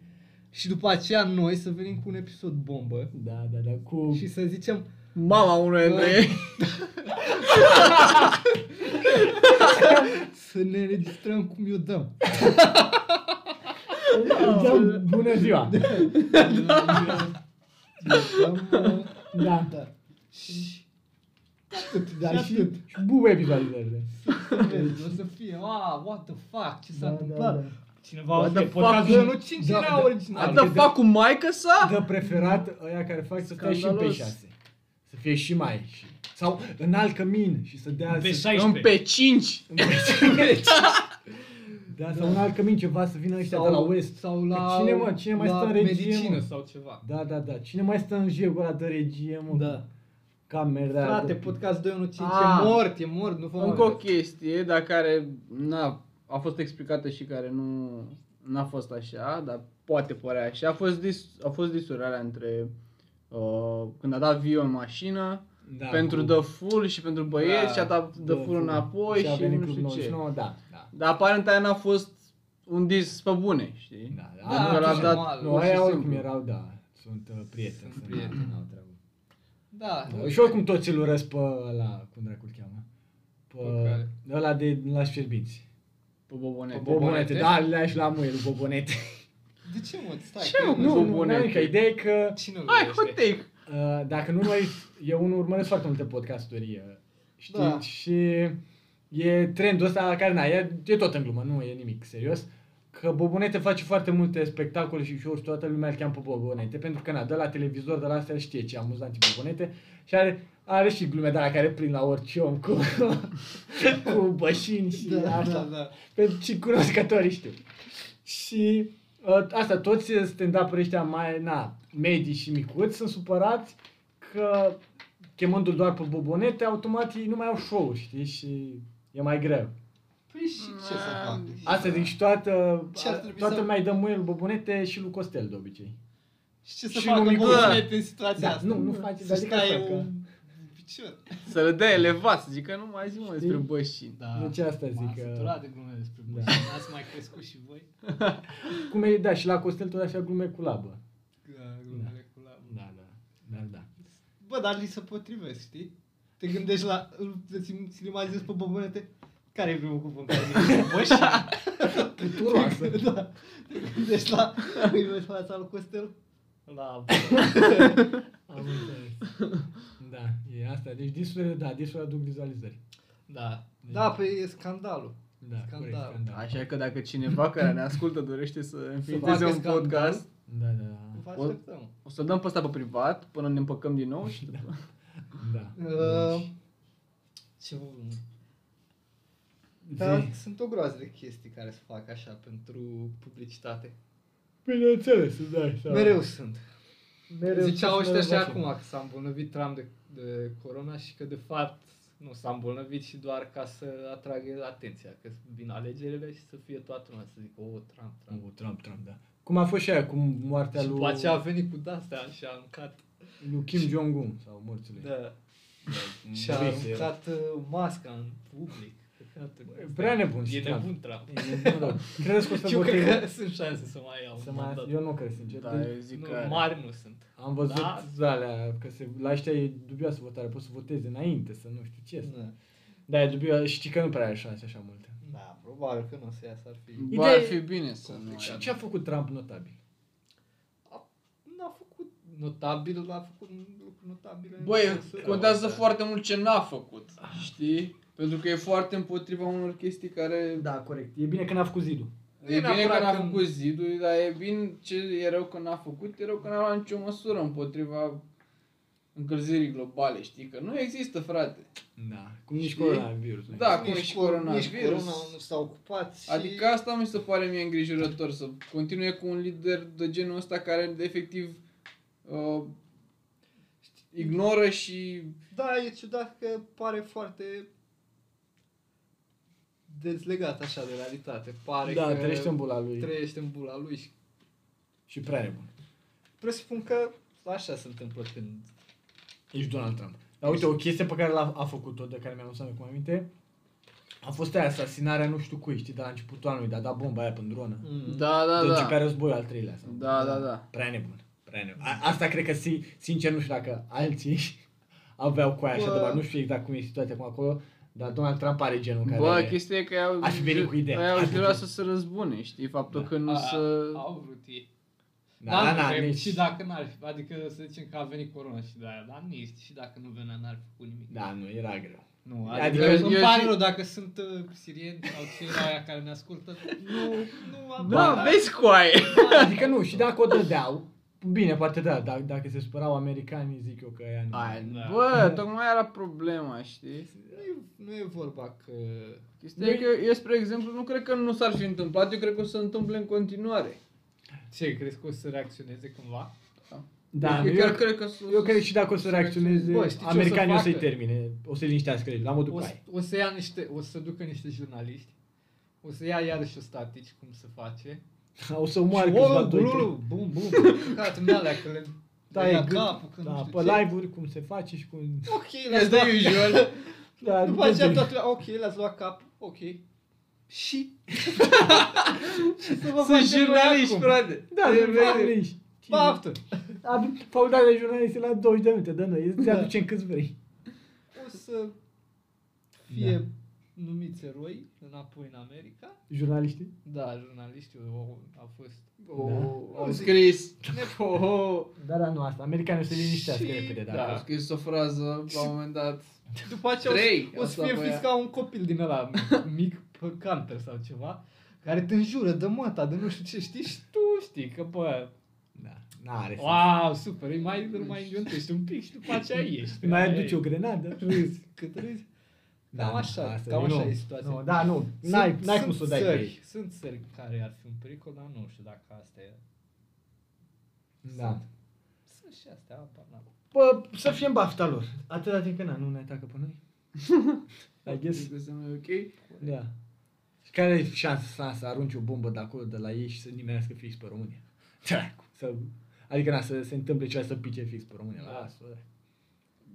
Și după aceea noi să venim cu un episod bombă Da, da, da, cu... și să zicem Mama unuia dintre ei. să ne înregistrăm cum eu dăm. Da, bună ziua! dăm uh, Da, da. Și atât, da, și, Da, atât. și bube vizualizările. Să vezi, o să fie, a, what the fuck, ce s-a Da, da, întâmplat? da. Cineva What o the să fuck? podcastul 2005 Da, da. era original. What the Adică- fuck cu maica sa? Dă preferat ăia care fac să fie și pe Scandalos. 6. Să fie și mai și... Sau în alt cămin și să dea... Pe să, 16. În pe 5. da, sau în alt cămin ceva să vină ăștia de la West. Sau la, Că cine, mă, cine mai la stă în regie, medicină mă? sau ceva. Da, da, da. Cine mai stă în jegul ăla de regie, mă? Da. Camera aia Frate, de- podcast 215 Ah. e mort, e mort, nu vă mai Încă o uitați. chestie, dar care n-a, a fost explicată și care nu n-a fost așa, dar poate părea așa. A fost, dis, a fost disurarea între uh, când a dat Vio în mașină, da, pentru cu- The Full și pentru băieți Da, și a dat The, de Full înapoi și, a venit nu Club știu ce. 99, da, da. Dar aparent aia n-a fost un dis pe bune, știi? Da, da. Pentru că Ah, l-am ce dat normal. Nu, pur și aia simplu. oricum erau, da. Sunt uh, prieteni. Sunt Sunt prieteni. prieteni. N-au treabă. Da. Da, și oricum toți îl urăsc pe ăla, cum dracu îl cheamă. Pe care? Pe ăla de la șerbinți. Pe Deci, bobonete. Pe Bobonete? Bobonete, da, le și la mâie lui Bobonete. De ce mă? Stai. Ce, că mă? eu Nu, nu, Bobonete. nu, că ideea e că Cine îl Hai, urăște? hot take! Uh, dacă nu mai eu nu urmăresc foarte multe podcasturi, uh, știi, Da. da. și e trendul ăsta care, na, e, e tot în glumă, nu e nimic serios, că Bobonete face foarte multe spectacole și show-uri și toată lumea îl cheamă pe Bobonete, pentru că, na, de la televizor, de la astea știe ce amuzant e Bobonete și are, are și glume de la care prind la orice om cu, cu bășini și Da, așa. da, da. Pentru și cunoscătorii știu. Și uh, asta, toți stand up ăștia mai, na, medii și micuți sunt supărați că chemându-l doar pe bobonete, automat ei nu mai au show știi? Și e mai greu. Păi și ce să fac? Asta zic și toată, Ce ar trebui toată să- lumea îi dă mâine lui bobonete și lui Costel de obicei. Și ce să Și facă nu-i bă, bă. în situația Da, asta? nu, nu face, Să dar zic stai asta că... un picior. Să le dea elevat, să zică nu mai zi mă despre bășini. Da. Deci asta M-am zic, săturat uh, de glume despre da. bășini. Ați mai crescut și voi? Cum e, da, și la Costel tot așa glume cu labă. Că Glumele cu la... Da, da. Da, da. Bă, dar li se potrivesc, știi? Te gândești la... îl- Ți ți-l imaginezi pe bobonete? Care e primul cuvânt care vine? Bășini? Puturoasă. Da. Te gândești la... Îi vezi fața lui Costel? La... Am înțeles. Da, e asta. Deci disurile, da, disurile aduc vizualizări. Da. Da, păi e scandalul. Da, Scandal. corect, scandal. Așa că dacă cineva care ne ascultă dorește să înființeze facă un scandal. podcast, Da, da, da. Vă O- așteptăm. o să dăm pe ăsta pe privat până ne împăcăm din nou și după... da. Uh, Ce vă Da. Dar sunt o groază de chestii care se fac așa pentru publicitate. Bineînțeles, da. Sau... Mereu sunt. Mereu Ziceau sunt, ăștia mereu și facem. acum că s-a îmbolnăvit Trump de, de corona și că de fapt nu s-a îmbolnăvit și doar ca să atragă el atenția, că vin alegerile și să fie toată lumea să zică, oh, Trump, Trump. Oh, Trump, Trump, da. Cum a fost și aia cu moartea Și lui, după aceea a venit cu de-astea și a aruncat, lui Kim Jong-un sau morțului. da, Da, și a Vise. aruncat uh, masca în public. Căcatul. Prea nebun și E Trump. nebun Trump. E nebun, da. Credeți că o să Eu cred votez? că sunt șanse să mai iau. Să un mai... mandat. Eu nu cred, sincer. Deci, Da, eu zic nu, că... are. mari nu sunt. Am văzut Da. da. alea, că se, la ăștia e dubioasă votare, poți să votezi înainte, să nu știu ce. Da. Da, e dubios, știi că nu prea are șanse așa multe. Da, probabil că nu o să iasă, ar fi... Bă, ar Ideea- fi bine să nu... Și ce a făcut Trump notabil? N-a făcut notabil, a făcut lucruri notabile. Băi, Să- contează Da. foarte mult ce n-a făcut, știi? Pentru că e foarte împotriva unor chestii care... Da, corect. E bine că n-a făcut zidul. Nu Da, E bine că neapărat n-a făcut zidul, dar e bine ce e rău că n-a făcut, e rău că n-a luat nicio măsură împotriva încălzirii globale, știi? Că nu există, frate. Da, cum nici Știi? coronavirus. nu Da, e. acum e și cor- coronavirus. Nici corona nu s-a ocupat și... Adică asta mi se pare mie îngrijorător, să continue cu un lider de genul ăsta care efectiv uh, ignoră și... Da, e ciudat că pare foarte dezlegat așa de realitate. Pare da că trăiește în bula lui. trăiește în bula lui și și prea e bun. presupun că așa se întâmplă când... Ești Donald Trump. Dar uite, o chestie pe care l-a a făcut-o, de care mi-am adus acum aminte, a fost aia, asasinarea nu știu cui, știi, de la începutul anului, dar a dat bomba aia pe dronă. Mm. Da, da, Da, deci da. care război al treilea. Sau. Da, da, da. Prea nebun. Prea nebun. A, asta cred că, si, sincer, nu știu dacă alții aveau cu aia așa Bă. de bani. Nu știu exact cum e situația acum acolo, dar Donald Trump are genul care... Bă, chestia e că i-au Aș veni cu ideea. aia au Hai, jurat putem. să se răzbune, știi? Faptul Da. că nu A- să... Au vrut ei. Da, da, da, nici... deci- Și dacă n-ar fi, adică să zicem că a venit corona și de aia, dar nici, și dacă nu venea n-ar fi făcut nimic. Da, nu, era greu. Nu, adică, Adică adică eu- îmi eu pare zic- rău dacă sunt uh, sirieni sau cei la aia care ne ascultă, nu, nu am... Da, vezi cu aia. Adică nu, și dacă o dădeau, bine, poate da, dacă, dacă se supărau americanii, zic eu că ea nu. Da. Bă, tocmai era problema, știi? Nu e, nu e vorba că... Chestia e că eu, spre exemplu, nu cred că nu s-ar fi întâmplat, eu cred că o să se întâmple în continuare. Ce, crezi că o să reacționeze cumva? Da, eu, eu, chiar cred că s-o- eu cred și dacă o să reacționeze, Bă, știi ce o să americanii o, facă? să-i termine, o să-i liniștească la modul O, cu să- aia. o să ia niște, o să ducă niște jurnaliști, o să ia iarăși o statici, cum se face. O să moară Și, câțiva "Oh, doi, lulu, trei. bum, bum, bum, căcatul în alea, că le... le ia Da, capul, că nu da, știu pe ce. live-uri cum se face și cum... Ok, As le-ați the dat usual. Da, După aceea deci- toată lumea, ok, le-ați luat cap, ok. și... și să vă Sunt facem noi jurnaliști, acum. frate. Da, E sunt bine. jurnaliști. Baftă! Adu- Facultatea de jurnalisti la 20 de minute, dă noi, îți Da. aducem câți vrei. O să fie Da. numiți eroi înapoi în America. Jurnaliștii? Da, jurnaliștii au, au fost. O, Da. Au scris. Oh, Da, da, nu asta. Americanii se liniștească Și- repede, da. Au da. scris o frază la un moment dat. După aceea o să- Trei. o să asta fie voia. fiți ca un copil din ăla mic pe canter sau ceva care te înjură de măta, de nu știu ce știi și tu știi că bă, Da, n-are sens. wow, super, îi mai, îl mai înjuntești un pic și după aceea ieși. Îi Mai aduci o grenadă? râzi, cât râzi. Da, Cam nu, așa, asta cam e, așa nu. e situația. Nu, da, nu. N-ai, Sunt- n-ai sunt cum să o dai pe țări, ei. Sunt țări care ar fi un pericol, dar nu știu dacă asta e. Da. Sunt. Sunt și astea, apa, n-am. Bă, să fie în bafta lor. Atâta timp când na, nu ne atacă pe noi. I guess. Că să nu e ok. Da. Și care e șansa să arunci o bombă de acolo, de la ei și să nimerească fix pe România? Dracu. Să, adică na, să se întâmple ceva să pice fix pe România. Da. Lasă, dracu.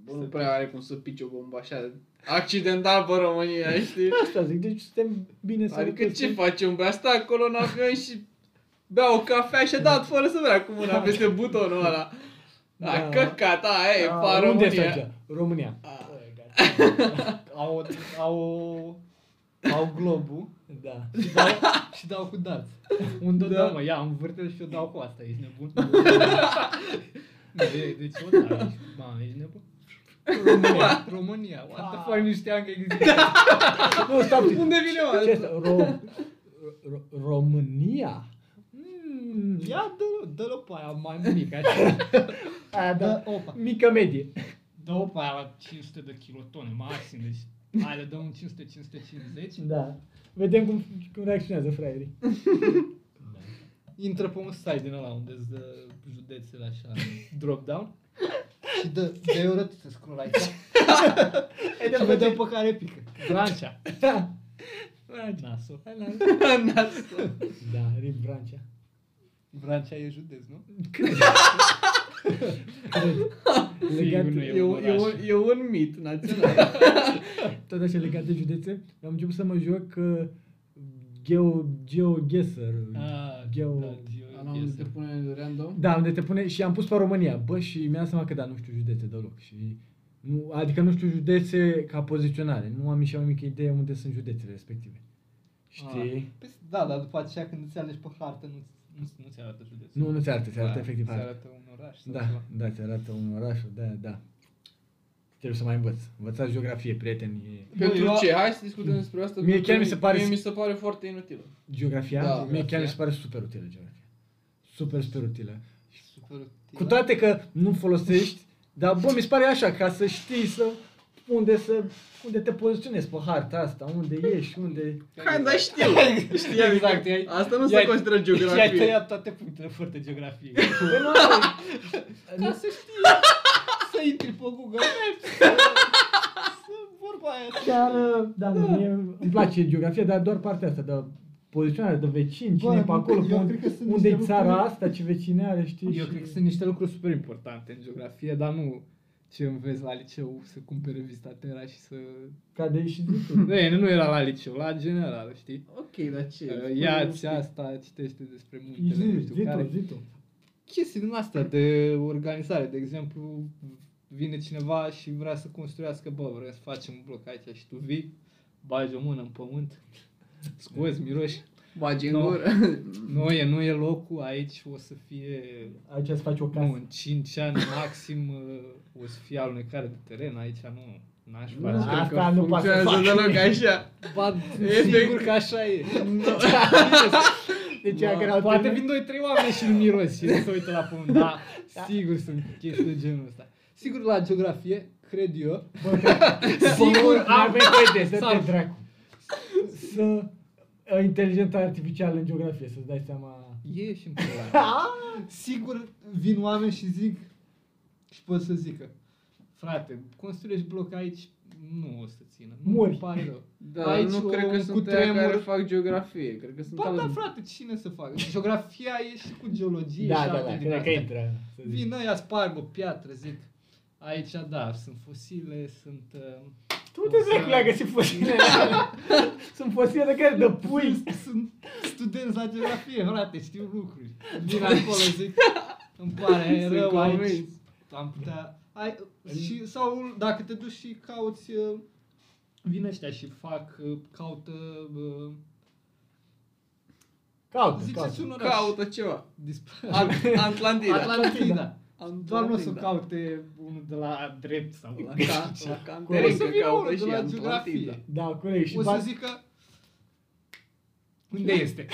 Bă, nu prea are cum să pice o bombă așa accidental pe România, știi? Asta zic, deci suntem bine să Adică ce face un băiat? Stă acolo în avion și bea o cafea și a dat fără să vrea cu mâna peste butonul ăla. Da. Da, căcat, aia e, pa unde este România. aici? România. A, Bă, gata. au, au, au globul Da. și dau, și dau cu dart. Unde da. Da. dau, mă, ia, învârte și eu dau cu asta, ești nebun? De, deci o da, ești, mamă, ești nebun? România, România, what the Ah. fuck, nu știam că există. nu, stau puțin. Unde vine, mă? Ce este? Ro- Ro- România? Mm, Ia, dă-l, dă-l-o pe aia mai mic, așa. aia, da. Dă-o pe Mică medie. Dă-o pe aia la 500 de kilotone, maxim, deci. Hai, le dăm un 500-550. Da. Vedem cum, cum reacționează fraierii. Da. Intră pe un site din ăla unde îți dă județele așa, drop-down. Și dă, dă eu rătă să scroll aici. și vedem pe care pică. Brancea. Da. Naso. Nasul. Da, Rin Brancea. Brancea e județ, nu? Legat, Sigur nu E un, e, un, e un mit național. tot așa legat de județe, am început să mă joc uh, Geo, GeoGuessr. Ah, Geo- da, Geo- Ana, unde te pune random? Da, unde te pune și am pus pe România. Bă, și mi-am dat seama că da, nu știu județe deloc. Și nu, adică nu știu județe ca poziționare. Nu am nici o mică idee unde sunt județele respective. Știi? Ah. Păi, Da, dar după aceea când îți alegi pe hartă, nu, nu, nu ți arată județul. Nu, nu ți arată, ți arată Da, efectiv Ți harta. arată un oraș sau Da, ceva. da, ți arată un oraș, da, da. Trebuie să mai învăț. Învățați geografie, prieteni. e- Pentru Bă, eu- ce? Hai să discutăm despre asta. Mie pentru chiar că mi se pare- Mie mi se pare foarte inutilă. Geografia? Da, Mie chiar geografia. mi se pare super utilă geografia. Super, super utilă. Super util. Cu toate că nu folosești, dar bă, mi se pare așa, ca să știi să unde să unde te poziționezi pe harta asta, unde ești, unde... Hai, dar știu. Știam Exact, că- i-ai- Asta nu i-ai- se consideră Și-ai geografie. tăiat toate punctele foarte geografie. Bă, nu are- Ca să știi, să intri pe tipo, Google Maps, să, să vorba aia. Chiar, uh, da, nu, mie îmi place geografia, dar doar partea asta, de poziționare, de vecini, cine e pe nu, acolo, eu pe cred că unde, sunt unde e niște țara lucruri- asta, ce vecine are, știi? Eu și- cred că sunt niște lucruri é super importante în geografie, dar nu ce înveți la liceu, să cumperi revista Terra și să... Ca de și zic tu. Nu, e, nu é- era la liceu, la general, é, știi? Ok, dar ce? Ia-ți asta, citește despre Zi, muntele, nu zi, știu tu, care. zi tu. Chestii din astea de organizare, de exemplu, vine cineva și vrea să construiască, bă, vrem să facem un bloc aici și tu vii, bagi o mână în pământ, scoți, miroși, Bagi în Nu. gură. Nu e, nu e locul, aici o să fie, Aici îți faci o nu, casă. în 5 ani maxim uh, o să fie alunecare de teren, aici nu, n-aș Nu, face. asta Cred că nu poate să funcționează fac. deloc așa. Ba, sigur sigur că așa e. Deci ea care da, Poate vin 2-3 oameni și îl miros și se uită la pământ, da, sigur sunt chestii de genul ăsta. Sigur la geografie, cred eu, da. Sigur, Sigur, am am- vede, Sau- dă-te dracu. Să... Inteligența artificială în geografie, să-ți dai seama... e și în pula. Sigur vin oameni și zic și pot să zică Frate, construiești bloc aici, nu o să țină. Nu Muri. Mori. pare rău. Da, Aici nu cred un că sunt aia care cutremur. fac geografie. Cred că sunt Ba da, alți- frate, cine să facă? Geografia e și cu geologie Da, și da, alte da, din cred că astea. intră. să zic. Vin ăia, sparg o piatră, zic. Aici, da, sunt fosile, sunt... Uh, Tu te dracu le-a găsit fosilele alea? Sunt fosile de care dă pui. Sunt student la geografie, frate, știu lucruri. Din acolo zic, îmi pare Sunt rău aici. convins. Am putea... Ai, și, sau dacă te duci și cauți... uh, Vin ăștia și fac, uh, caută... uh, Caută, Ziceți caută. un oraș. Caută ceva. Dispar. At- Atlantida. Atlantida. Am Doar nu o să caute unul de la drept sau la Ca, Așa. ca Cum o să vină caută unul și de la Atlantida. geografie. Da, corect. Și O să bani- zică... Unde este?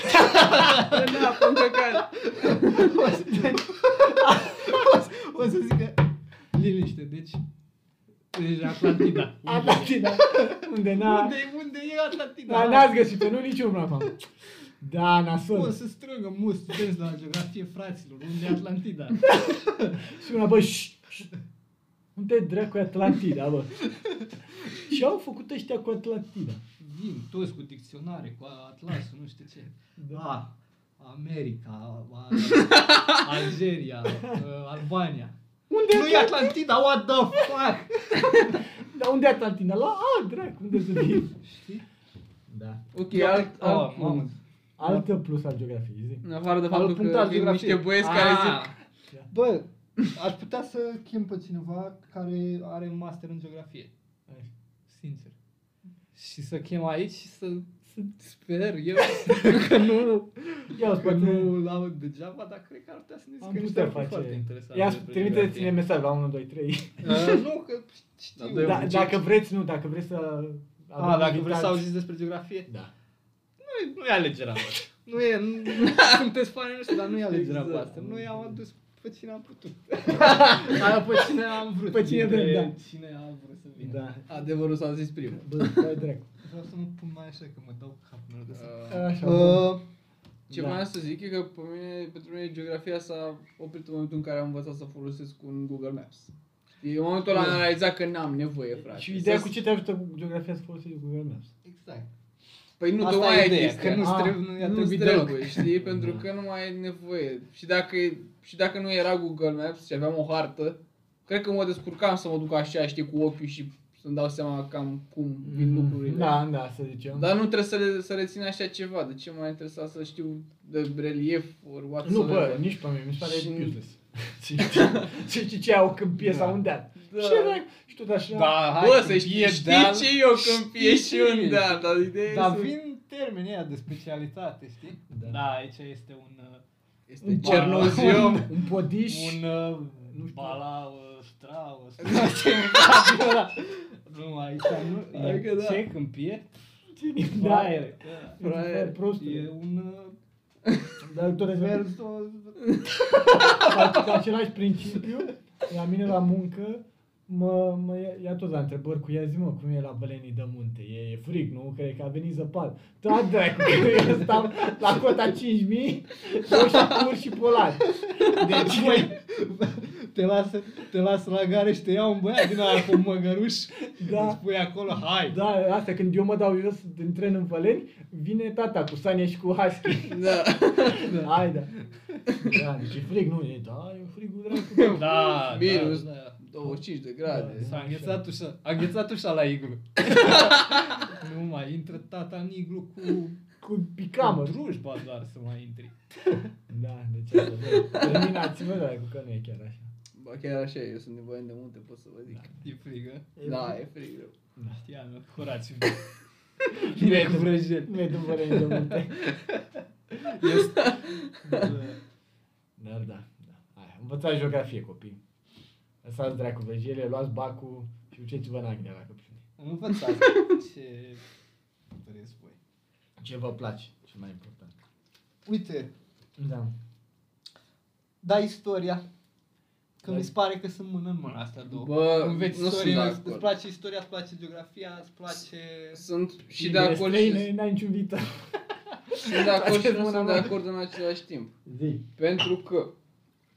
În apă, în căcat. o, să, o să zică... Liniște, deci... Deci Atlantida. Atlantina. Unde n-a... Unde e, unde e Atlantida? Da, n-ați găsit nu niciun până acum. Da, O nasol. să strângă mulți studenți la geografie, fraților, unde e Atlantida? Și una, bă, ș, ș. Unde dracu e Atlantida, bă? Ce au făcut ăștia cu Atlantida? Vin toți cu dicționare, cu atlasul, nu știu ce. Da. America, a- Algeria, uh, Albania. Unde Nu e Atlantida, what the fuck? Da, unde e Atlantina? La, a, dracu, unde să fie? Știi? Da. Ok, alt, alt Oh, mamă. punct. Altă plus al geografiei, zi. În afară de Alt faptul punct că al vin niște geografiei. băieți care Ah. zic Bă, aș putea să chem pe cineva care are un master în geografie. Sincer. Și să chem aici și să, să sper eu că nu, Ia că spune, nu laud degeaba, dar cred că ar putea să ne am zică niște putea lucruri foarte face. interesante. Ia, despre trimiteți-ne geografie. mesaj la 1, 2, 3. Uh, nu, că știu. Da, Da, obicei. dacă vreți, nu, dacă vreți să... A, Ah, dacă vreți invitați- să auziți despre geografie, Da. nu, e- nu e alegerea voastră. Nu e, nu, sunteți fani noștri, dar nu e alegerea Exact. voastră. Noi am adus pe cine am putut. Aia pe cine am vrut. Pe cine dintre vrem, da. Cine a vrut să vină. Da. adevărul s-a zis primul. Bă, stai dracu. Vreau să mă pun mai așa, că mă dau cap mereu de asta. Uh, Așa, bun. Uh, Ce Da. vreau să zic e că pe mine, pentru mine geografia s-a oprit în momentul în care am învățat să folosesc un Google Maps. E în momentul ăla am analizat că n-am nevoie, Uh, frate. Da. Și ideea Să- cu ce te ajută cu geografia să folosești Google Maps? exact. Păi nu, Asta tocmai e e ideea, chestia. că nu-ți Ah, trebuie, nu i-a nu trebuit trebuie, deloc. trebuie știi? Da. Pentru că nu mai e nevoie. Și dacă, și dacă nu era Google Maps și aveam o hartă, cred că mă descurcam să mă duc așa, știi, cu ochiul și să-mi dau seama cam cum vin lucrurile. Da, da, să zicem. Dar nu trebuie să, le, să rețin așa ceva. De ce m-a interesat să știu de relief or Nu, whatsoever? bă, nici pe mine, mi se pare Și- useless. Ce ce ce au câmpie Da. sau unde am. Da. Și era, și tot așa. Bă, să știi, e știi Dan. ce e o câmpie știi și ce un e. da, dar ideea e Dar să- vin termenii aia de specialitate, știi? Da. aici este un... uh, Este Ba- cernozium. un podiș. un uh, nu știu. bala, o stra, o stra, ce Nu, aici nu, e Adică da. ce câmpie? Da, Fraiere. fraier. Fraier. Prost. E un uh, Dar tot rever, vers, o... cu același principiu, la mine la muncă, mă, mă ia, ia tot la întrebări cu ea, zi mă, cum e la Bălenii de Munte? E, e frig, nu? Cred că a venit zăpadă. Da, dracu, că eu stau la cota 5000, eu și pur și polar. Deci, Băi, te lasă, te lasă la gare și te ia un băiat din aia cu un măgăruș, Da. îți pui acolo, hai. Da, asta când eu mă dau jos din tren în Valeni, vine tata cu Sania și cu Husky. Da. Da. Hai, da. Da, deci e frig, nu? E, da, e frigul dracu. Da, Minus da, da. 25 de grade. Da. S-a înghețat ușa, a înghețat ușa la iglu. nu mai intră tata în iglu cu Cu picamă. Cu drujba doar să mai intri. Da, deci asta, bă, terminați-vă, dracu, că nu e chiar așa. Ba chiar așa e, eu sunt din Băieni de munte, pot să vă zic. E frigă. Da, da e frig greu. Știam, curați Bine, Bine cu vrăjel. Nu e după Valeni de Munte. Dar da, da. Hai, învățați geografie, copii. Lăsați dracu vejele, luați bacul și uceți-vă în Anglia dacă puteți. Învățați ce vreți voi. Ce vă place, cel mai important. Uite, Da. da istoria. Că Da. mi se pare că sunt mână în mână astea două. Bă, Înveți nu sunt istoria, de îți- acord. îți place istoria, îți place geografia, îți place... Sunt și de acord și, Străine, N-ai niciun viitor. sunt de acord și Faceți nu mâna sunt de mea. acord în același timp. Zi. Pentru că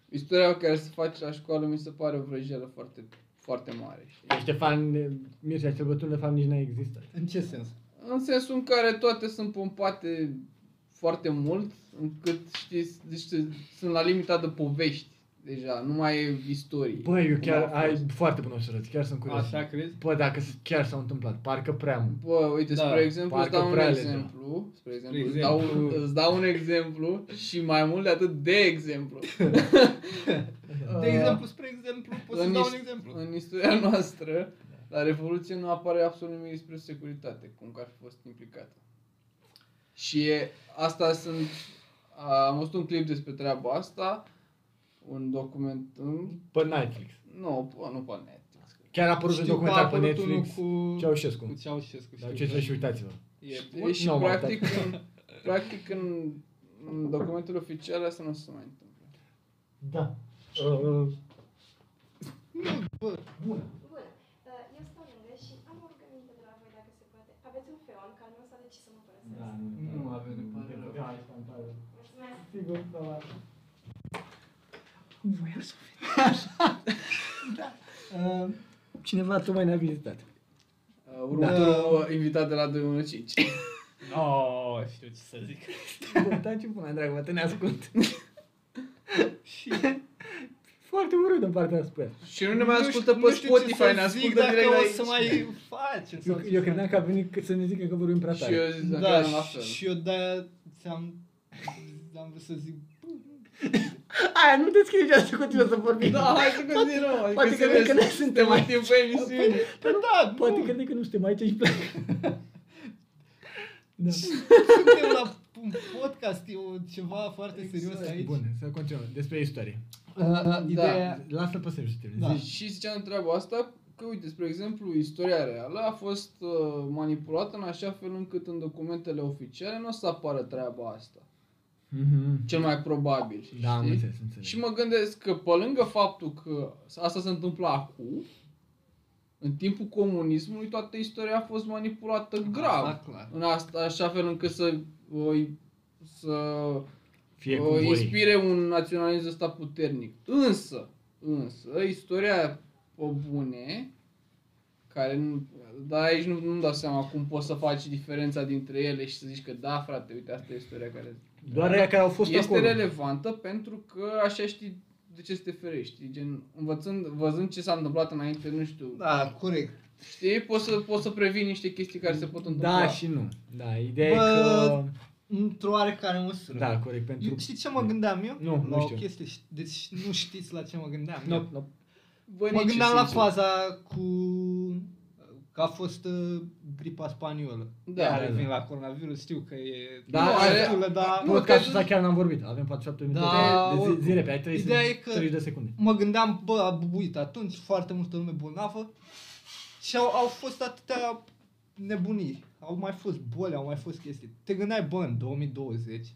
istoria care se face la școală mi se pare o vrăjelă foarte, foarte mare. Știi? Ștefan eh, Mircea cel Bătrân, de fapt, nici n-a existat. În ce sens? În sensul în care toate sunt pompate foarte mult, încât știi, deci, sunt la limita de povești. Deja, nu mai e istorie. Băi, eu Cum a chiar fost. ai foarte bună observație, chiar sunt curios. Așa crezi? Bă, dacă s- chiar s-au întâmplat, parcă prea mult. Bă, uite, Da, spre exemplu, îți parcă dau un prea le exemplu, spre exemplu, îți dau, Exemplu. îți dau un exemplu și mai mult de atât de exemplu. Uh, De exemplu, spre exemplu, pot să în dau un is- exemplu. În istoria noastră, la Revoluție nu apare absolut nimic despre securitate, cum că ar fi fost implicată. Și e, asta sunt... Am văzut un clip despre treaba asta, un document... un- Pe Netflix. Nu, bă, nu pe Netflix. Chiar a apărut un Știu că a documentar pe apărut unul Netflix. cu cu Ceaușescu. Ceaușescu. Dar știu ce că- și uitați-vă. E E și Nu am practic, în, practic în, în documentele oficiale asta nu se mai întâmplă. Da. Uh, Bună! Uh, Eu stau lângă și am o rugăminte de la voi, dacă se poate. Aveți un feon, că anul ăsta de ce să mă părăsesc? da, nu, Nu avem, îmi pare rău. Da, asta îmi pare rău. Mulțumesc! Sigur, da, la... Ehm, Cineva tocmai ne-a vizitat. Uh, Următorul invitat de la 215. No, știu ce să zic. Da, ce bună, dragă, mă, te ne ascult. Și Foarte urât de partea spre. Și nu ne mai nu ascultă știu- pe nu știu ce Spotify, să ne zic ascultă direct dacă la o să aici. mai facem. Eu, eu credeam că a venit c- să ne zică că vorbim prea Și tare. eu zic da, Da, că la și- fel. și eu de-aia ți-am... Am vrut să zic... Aia, nu deschide gea să continuă să vorbim. Da, hai să continuăm. adică poate că serios, noi suntem în timpul emisiunii. Păi da, Poate nu, crede că nu suntem aici și plec. da. suntem la un podcast, e o- ceva foarte serios aici. Bun, Da. să continuăm. Despre istorie. Exact. Uh, Ideea... Lasă pe Sergiu să termine. Da. Zici. Păi, Și ziceam treaba asta că, uite, spre exemplu, istoria reală a fost uh, manipulată în așa fel încât în documentele oficiale nu o să apară treaba asta. Mhm. Cel mai probabil. Da, am știi? înțeles, înțeles. Și mă gândesc că pe lângă faptul că asta se întâmplă acum, în timpul comunismului toată istoria a fost manipulată Exact. grav. Asta, clar. În asta, așa fel încât să o, să Fie cum o voi. inspire un naționalism ăsta puternic. Însă, însă, istoria o bune, care nu, dar aici nu, nu-mi dau seama cum poți să faci diferența dintre ele și să zici că da, frate, uite, asta e istoria care Doar aia care au fost este acolo. relevantă pentru că așa știi de ce să te ferești. Știi? Gen, învățând, văzând ce s-a întâmplat înainte, nu știu. Da, corect. Știi, poți să, poți să previi niște chestii care se pot întâmpla. Da și nu. Da, ideea Bă, e Într-o oarecare măsură. că... Da, corect, Eu, pentru... știi ce mă gândeam eu? Nu, la nu o știu. chestie, și- deci nu știți la ce mă gândeam. Nu, eu. nu. Bă, Mă nici gândeam la sincer. faza cu că a fost uh, gripa spaniolă. Da. care da, da. vin la coronavirus, știu că e Da, nu, are- destulă, dar Podcastul ăsta chiar n-am vorbit. Avem 47 minute. Da, de zi, oricum. zi repede, ai 30, Ideea e că- 30 de secunde. mă gândeam, bă, a bubuit atunci foarte multă lume bolnavă și au, au fost atâtea nebunii. Au mai fost boli, au mai fost chestii. Te gândeai, bă, în 2020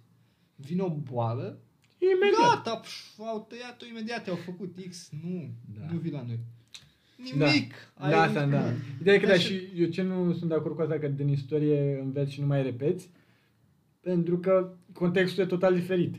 vine o boală, Imediat. gata, pf, au tăiat-o imediat, au făcut X, nu, Da. nu vii la noi. Nimic! ai Da, asta, nimic. da. Ideea e că Dar da, și- și eu ce nu sunt de acord cu asta, că din istorie înveți și nu mai repeți, pentru că contextul e total diferit.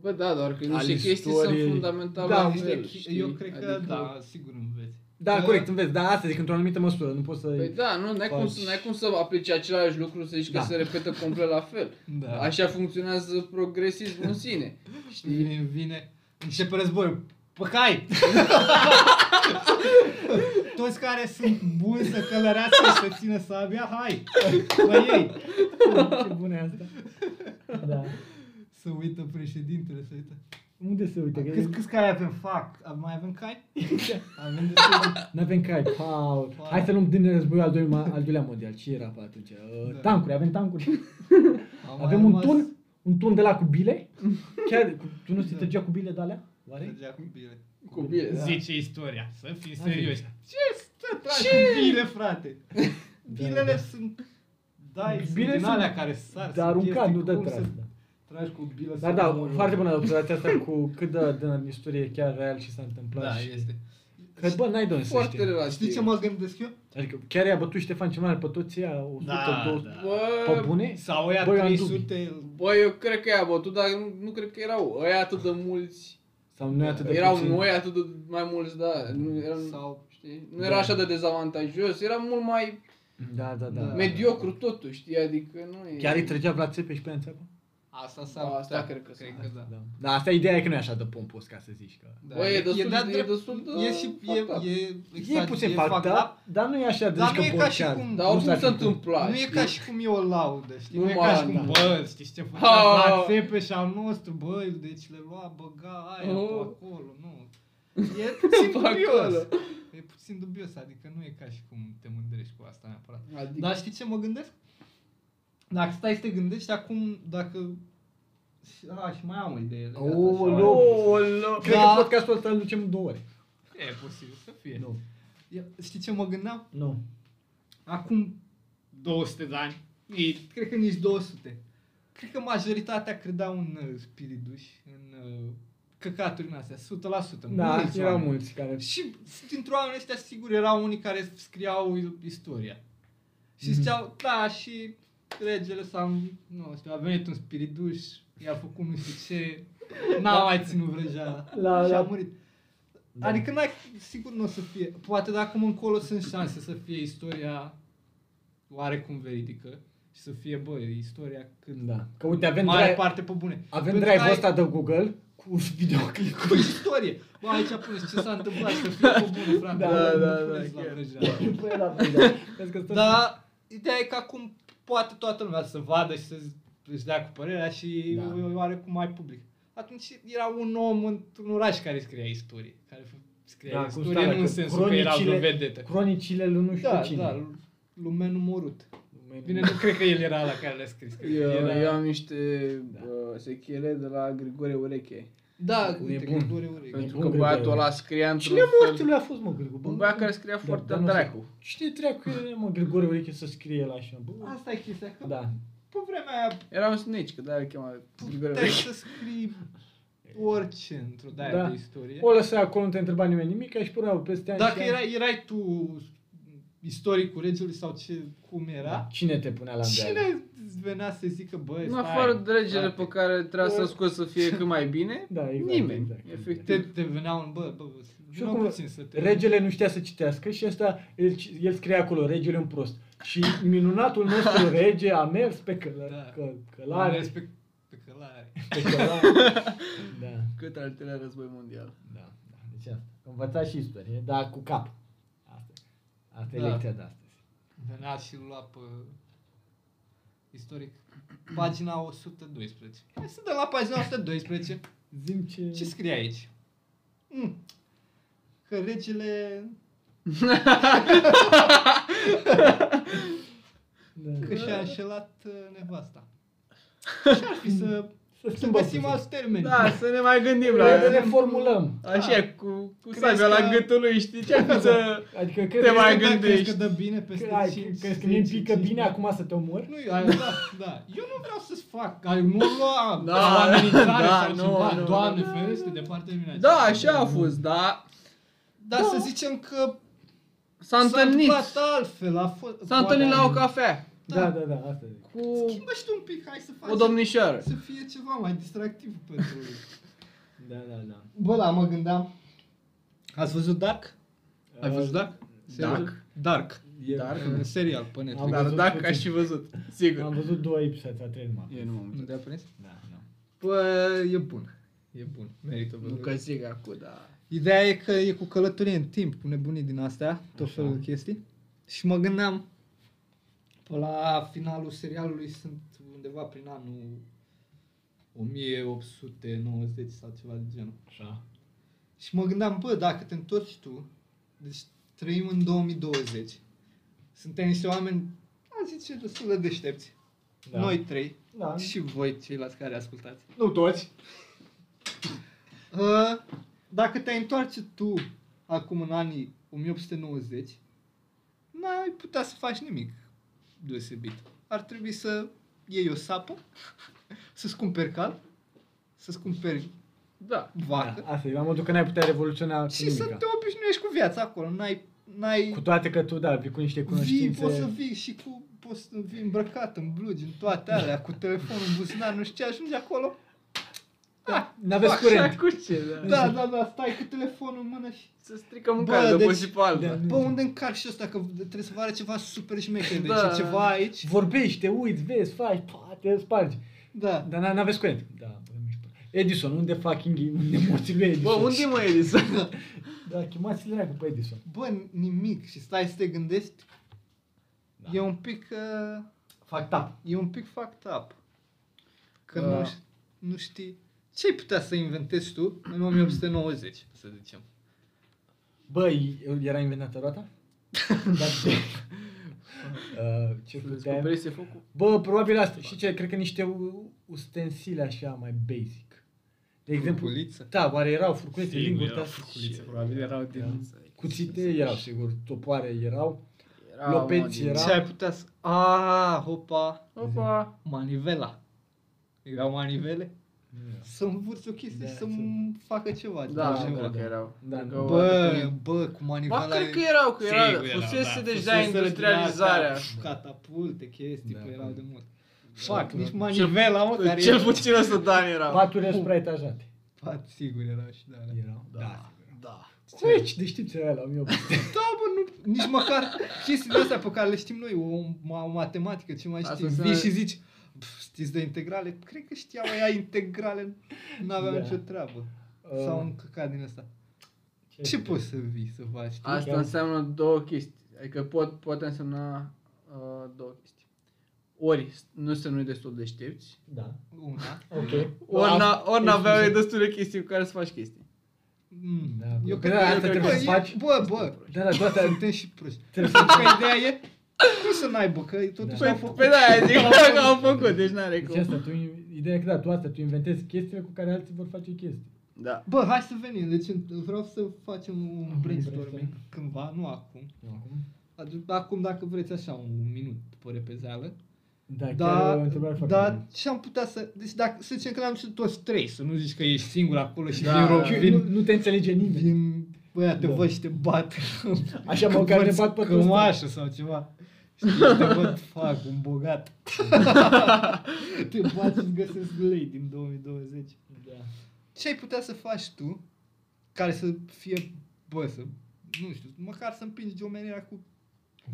Bă, da, doar că Al niște chestii istoriei. sunt fundamentale Da, la Niște fel, chi- știi? eu cred că, Adică- da, sigur înveți. Da, Că- corect, înveți, dar asta zic într-o anumită măsură, nu poți să... Păi da, nu, n-ai cum, Faci- să- n-ai cum să aplici același lucru să zici Da. că se repetă complet la fel. Da. Așa funcționează progresismul în sine. Știi? Vine, vine, începe războiul. Păcai! Toți care sunt buni să călărească și să țină sabia, hai! La ei! Ce bună e asta. Da. Să uită președintele, să uită. Unde se uite? Că Câți, câți cai avem? Fac. Am- Mai avem cai? Avem destul. Nu avem cai, paul. Paul. Hai să luăm din războiul al doilea, al doilea mondial. Ce era pe atunci? Uh, Da. Tancuri, avem tancuri. Am mai Avem un rămas- tun, un tun de la cu bile. Chiar, cu- tu nu se Da. trăgea cu bile de alea? Oare? Mergea cu bile. Cu bile, da. Zice istoria, să fim Da, serioși. Ce stă tragi cu bile, frate? Bilele da. sunt... Da, Bilele bilele sunt din sunt alea care sar. De sunt aruncat, chestii, nu de cum tras. să Tragi cu bilă. Dar da, foarte bună observația asta cu cât de din istorie e chiar real și s-a întâmplat. Da, și... este. Că bă, n-ai de unde să Foarte știi. relativ. Știi ce mă gândesc eu? Adică chiar i-a bătut Ștefan cel Mare pe toți ea, 100, Da, 200. da. Pe Bă, bune? Sau ea Băi, eu am 300... bă, eu cred că i-a bătut, dar nu, nu cred că erau ăia atât de mulți. Sau nu e atât de erau puțin? noi atât de mai mulți, da. Nu, erau, Sau... știi? nu era Da. așa de dezavantajos, era mult mai Da, da, da. Da. mediocru totul, știi? Adică nu e... Chiar îi trăgea Vlad Țepeș pe ea în țeapă? Asta s-ar Asta putea, cred că cred s-ar- că da. Da. Dar asta ideea e că nu e așa de pompos ca să zici că... da. Băi, e destul de- dat e drept- destul de E și e, fucked up. Exact, e, E exager- puțin fucked up. fact, dar nu e așa de Dar zici nu că e ca Borșan. și cum- Dar Nu oricum s-ar se fi putut. întâmpla. Nu e ca și cum e o laudă, știi? Nu, Nu e mai- ca și cum, da. Bă, știți ce făcea Ah. Vlad Țepeș al nostru, bă, deci le lua, băga aia Oh. pe acolo, nu. e puțin Pe dubios. acolo. E puțin dubios, adică nu e ca și cum te mândrești cu asta neapărat. Adică, Dar știi ce mă gândesc? Dacă stai să te gândești acum, dacă... A, și mai am o idee legată așa. Aoleu, aoleu. Cred Da. că podcastul ăsta îl ducem în două ore. E posibil să fie. Nu. Eu- Știi ce mă gândeam? Nu. Acum, 200 de ani. E, cred că nici 200. Cred că majoritatea credea în uh, spiriduș, în uh, căcaturi în astea, 100%. Da, mulți erau oameni. mulți care... Și dintre oamenii ăștia, sigur, erau unii care scriau istoria. Și Mhm. ziceau, da, și regele s-a, nu știu, a venit un spiriduș, i-a făcut nu știu ce, Da. n-a mai ținut vrăjeala La- și a la- murit. Da. Adică n-ai, sigur nu o să fie, poate dacă acum încolo sunt șanse să fie istoria oarecum veridică și să fie, bă, istoria când... Da. Că uite, avem mare drive, parte pe bune. avem Pentru că drive-ul ai- Da, ăsta de Google cu videoclip. cu Păi, istorie. Bă, aici puneți ce s-a întâmplat, să fie cu bună, frate. Da, Nu da, puneți da, la chiar. vrăjeală. Păi la video. Vezi că stă- Dar ideea e că acum poate toată lumea să vadă și să-ți- își dea cu părerea și Da. da. oarecum mai public. Atunci era un om într-un oraș care scria istorie. Care f- scria Da, da, cum istorie stai, nu că în sensul că era vreo cronicile- vedetă. Cronicile lui nu știu Da, cine. da, lumea numărut. Lumea- Bine, nu cred că el era la care le-a scris. cred că eu, era... eu am niște Da. uh, sechele de la Grigore Ureche. Da, uite, Nebun. că dure urechi. Pentru bun că Grigore băiatul ăla Ureche. scria într-un Cine fel... mortului a fost, mă, Grigore? Da, Un băiat care scria foarte dracu. Cine treacu e, mă, Grigore Ureche să scrie la așa? Bă, Asta e chestia, că da. pe vremea aia Era un snitch, că de-aia îl chema Grigore puteai să Ureche. scrii orice într-o de Da. de istorie. O lăsa acolo, nu te întreba nimeni nimic, și până peste ani Dacă și ani- erai, erai tu istoricul regelui sau ce, cum era, Cine te punea la îndoială? cine îți venea să zică, bă, În stai, da, afară de regele frate? pe care trebuia să-l scoți să fie cât mai bine, Da, exact, Nimeni, exact, efectiv. Te, te venea un, bă, bă, bă Și vină oricum, puțin să te... Regele nu știa să citească și asta el, el scrie acolo, regele un prost. Și minunatul nostru rege a mers pe călă, Da. că, la călare, respect pe călare. pe călare. da, cât al treilea război mondial. da, da. Deci asta. Învățați și istorie, dar cu cap. Asta, asta da. e Da. lecția de astăzi. Venea și lua pe istoric pagina 112. Hai să dăm la pagina 112. Zim ce... Ce scrie aici? Mm. Că regele... da. Că și-a înșelat uh, nevasta. Și ar fi să, Să să schimbăm găsim puțin. alți termeni. Da, să ne mai gândim la... Trebuie să ne formulăm. Da. Așa, cu, cu Crezi sabia la că- gâtul lui, știi ce ar fi să... Adică cred Te că... mai Crezi că da, gândești. Crezi că dă bine peste Că, ai, 5, crezi Deci că mi-e pică bine acum să te omor? Nu, eu- da, da. Eu nu vreau să-ți fac. ai- Nu lua Da, da, o amenințare da, sau nu, ceva. nu, Doamne, nu. ferește, departe de mine. Da, așa a fost, da. Dar să zicem că S-a întâlnit. întâmplat da, altfel. A fost, S-a întâlnit la o poate- cafea Da, da, da, asta zic. cu Schimbă și tu un pic, hai să faci. o domnișoară. Să fie ceva mai distractiv pentru Da, da, da. Bă, da, mă gândeam. Ați văzut Dark? Ai Uh, văzut Dark? Dark. Dark. Eu- Dark. Un serial pe Netflix. Am Dar văzut dacă puțin. aș fi văzut, sigur. Am văzut două episoade, a trei numai. Eu nu m-am Nu uitat. te-a prins? Da, da. Bă, e bun. E bun. Merită Nu că zic acum, da. Ideea e că e cu călătorie în timp, cu nebunii din astea, tot Așa. felul de chestii. Și mă gândeam, pe la finalul serialului sunt undeva prin anul 1890 sau ceva de genul. Așa. Și mă gândeam, bă, dacă te întorci tu, deci trăim în 2020, suntem niște oameni, a zice, destul de deștepți. Da. Noi trei Da. și voi ceilalți care ascultați. Nu toți. Uh, dacă te întoarce tu acum în anii 1890, n-ai putea să faci nimic deosebit. Ar trebui să iei o sapă, să-ți cumperi cal, să-ți cumperi Da. Da, vacă asta e la modul că n-ai putea revoluționa și să nimica. te obișnuiești cu viața acolo. N-ai, n-ai Cu toate că tu, da, vii cu niște Vii, cunoștințe. poți să vii și cu poți să vii îmbrăcat în blugi, în toate alea, cu telefonul în buzunar, nu știu ce, ajungi acolo. Da, N-aveți fac curent. Așa cu ce, da. Da, da, da, stai cu telefonul în mână și... Să strică mâncarea Bă, de pe deci- și pe alba. Bă, unde încarc și ăsta, că trebuie să vă are ceva super șmecher, deci Da. e ceva aici. Vorbești, te uiți, vezi, faci, pa, te spargi. Da. Dar n- n-aveți curent. Da, bă, mișto. Edison, unde fucking e? Unde morții lui Edison? Bă, unde mă Edison? Da, chemați-l dracu pe Edison. Bă, nimic. Și stai să te gândești. Da. E un pic... Uh, Fac tap. e un pic fucked up. Că Da. nu, ș- nu știi... Ce ai putea să inventezi tu în 1890, să zicem? Bă, era inventată roata? Dar ce? Uh, ce Să puteam? descoperese focul? Bă, probabil asta. Și ce? Cred că niște u- ustensile așa mai basic. De exemplu, Furculiță? da, oare erau furculițe, Sigur linguri, erau da, furculițe. Probabil erau din... cuțite erau, sigur, topoare erau. Lopeți era... era- Ce ai putea să... A, hopa, Opa! manivela. Erau manivele? Să învârți o chestie Da, și să-mi facă ceva. Da, ceva. nu cred că erau. Da, Cred că nu. o- Bă, bă, cu manivela... Ba, cred că erau, că era, Sigur erau, fusese da. deja Fuseseră industrializarea. din astea, Catapulte, chestii, Da, pe erau da. de mult. Da, Fac, da. nici manivela, mă, care Cel e- puțin ăsta Dan era. Paturile supraetajate. Pat, sigur, erau și de alea. Erau. Da. da. Da. Băi, ce deștepți era la 1800. Da, bă, nu, nici măcar chestiile astea pe care le știm noi, o, ma- o matematică, ce mai Asta știi, înseamnă- vii și zici, "Pf, știți de integrale? Cred că știau ea integrale, n-aveam Da. nicio treabă. Uh, Sau un căcat din asta. Ce poți să vii să faci? tu? Asta Chiar- înseamnă două chestii. Adică pot, poate însemna uh, două chestii. Ori s- nu sunt noi destul de deștepți, Da. Una. Ok. ori, n- ori n-aveau ei exclusiv. destule chestii cu care să faci chestii. Mm. Da, bă. Eu Bă, cred da, că- asta eu trebuie cred să că- faci. Bă, bă, Da, da, toate ar- suntem și proști. trebuie să... Pentru că ideea e, cum să n-ai bă, că totuși Da. au Păi, făcut. pe da, zic că au făcut, deci n-are Deci cum. asta, tu, ideea e că da, tu asta, tu inventezi chestiile cu care alții vor face chestii. Da. Bă, hai să venim, deci vreau să facem un brainstorming brainstorming. cândva, nu acum. Nu acum? Adu- Acum, dacă vreți așa, un minut pe repezeală. Da, chiar Da, e o întrebare foarte bună. da, ce am putea să... Deci dacă, să zicem că ne-am și toți trei, să nu zici că ești singur acolo și Da, vin, da. rob, Și vin, Nu, nu te înțelege nimeni. vin, băia, te Da. văd și te bat. Așa, măcar ne bat pe toți. da. Cămașă sau ceva. Știi, te văd, fac, un bogat. te bat și-ți găsesc lei din 2020. Da. Ce ai putea să faci tu care să fie, bă, să, nu știu, măcar să împingi omenirea cu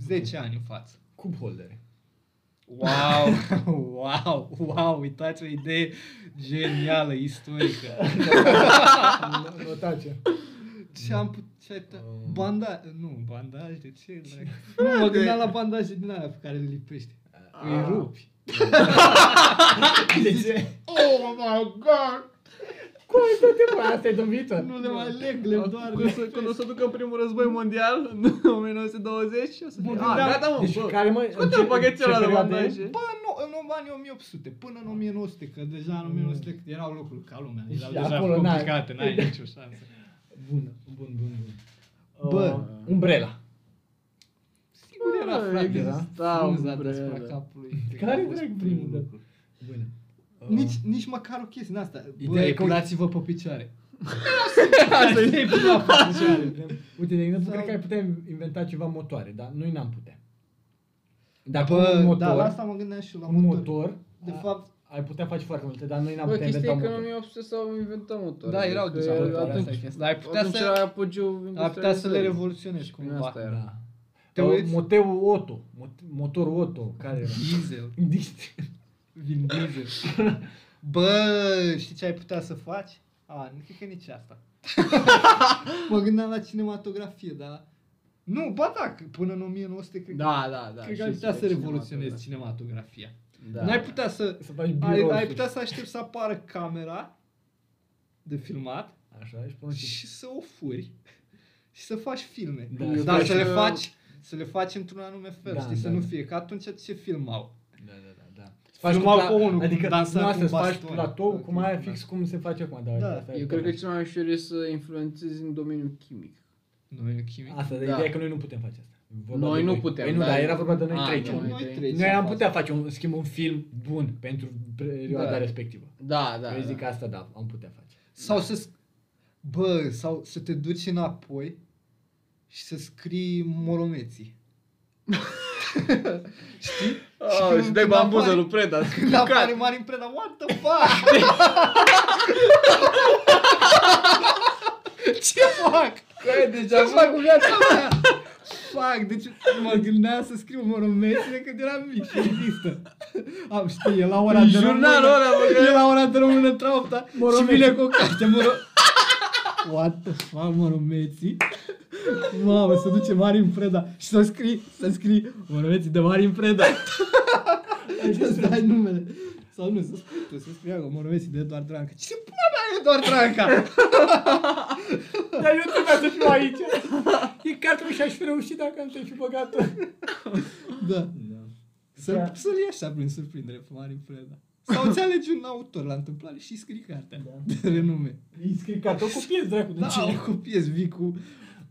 10 ani în față? Cup holdere. Wow, wow, wow, uitați o idee genială, istorică. Notația. Ce am put- ce ai putea... Um. Banda... Nu, bandaje, ce dracu? Nu, mă gândeam la bandaje din alea pe care le lipești. Îi rupi. De ce? Oh my god! Cum ai tot timpul asta e de viitor? Nu le mai leg, le doar Când o să- Când o să ducă primul război mondial, în 1920, o să fie, Bun, a, da. gata mă, Deci bă. care mă... Scoate-l baghețel ăla de bandaje. Bă, nu, în anii 1800, până în 1900, că deja în 1900 erau lucruri ca lumea, erau Mm. Și deja acolo n-ai- Da. complicate, n-ai nicio șansă. Bun, bun, bun, bun. Bă. Uh, umbrela. Sigur era, Bă, frate, era. exista frunza umbrele. deasupra capului. Care A fost drag primul, da. lucru. Bun. Uh, Nici, nici măcar o chestie din asta. Bă, Ideea e că- epurați-vă pe picioare. Asta e. Uite, de exemplu, Sau- cred că ai putea inventa ceva motoare, dar noi n-am putea. Dacă Bă, un da, la motor, asta mă gândeam și eu, la un motor. motor, De a- fapt, ai putea face foarte multe, dar noi n-am Bă, putea chestia inventa e că în motor. 1800 s-au inventat motoare. da, erau Că deja motoare, asta e atunci- chestia. Dar ai putea Atunci să, era apugiu ai putea să le revoluționezi Și prin cumva. asta era. Da. Te Sau uiți? Moteul Otto, mot- motorul Otto, care era? Deci, Diesel, Vin Diesel. Bă, știi ce ai putea să faci? A, nu cred că nici asta. mă gândeam la cinematografie, dar... Nu, ba da, că până în 1900 cred, Da, da, da. da, cred și că ai putea și să de revoluționezi cinematografia. cinematograf. Da. N-ai putea să... Să faci Ai, birou. ai putea să aștepți să apară camera de filmat Așa, și până și... și să o furi și să faci filme. Da, Da, și dar faci, să le uh, faci să le faci într-un anume fel, Da, știi, să da, nu da. fie, că atunci ce filmau? Da, da, da, da. Să Faci faci Filmau cu cu unul, adică adică dansa nu cu asta, să faci bastoane. platou, Ok, cum aia da. fix cum se face acum. Da, Da, asta e Eu cred că corect. cel mai ușor e să influențezi în domeniul chimic. Domeniul chimic. Asta, dar Da. ideea e că noi nu putem face asta. E vorba de Noi nu putem, Păi nu, dar- dar era vorba de noi A, trei. nu, cel mai- noi trei Noi am putea face, un, în schimb, un film bun pentru perioada Da. respectivă. Da, Da, da. Eu zic da. că asta da, am putea face. Sau să... Bă, sau să te duci înapoi și să scrii moromeții. Știi? Ah, când- și dai când bambuză apare- lui Preda. să Când căcat. apare mare impreda, what the fuck? Ce fac? Că e Ce deja deci fac cu viața mea? Fuck, deci mă gândeam să scriu morometre când eram mic și există. Am, știi, e la ora de Jurnalul română. ăla, bă, că- e la ora de română treapta și Morometre. vine cu o carte, moro... What the fuck, moromeții? Mamă, se duce Marin Preda și să scrii, să scrii moromeții de Marin Preda. Să dai numele. Sau nu, să spui tu, să scrii acolo moromeții de Eduard Tranca. Cine pula mea e Eduard Tranca? Dar eu trebuia să fiu aici. E cartul și aș fi reușit dacă am să fi băgat Da. Să, Da. să-l iei așa prin surprindere pe Marin Preda. Sau ți alegi un autor la întâmplare și scrii cartea Da. de renume. E scris cartul cu pieți, dracu, de Da, ce? cu pies vii cu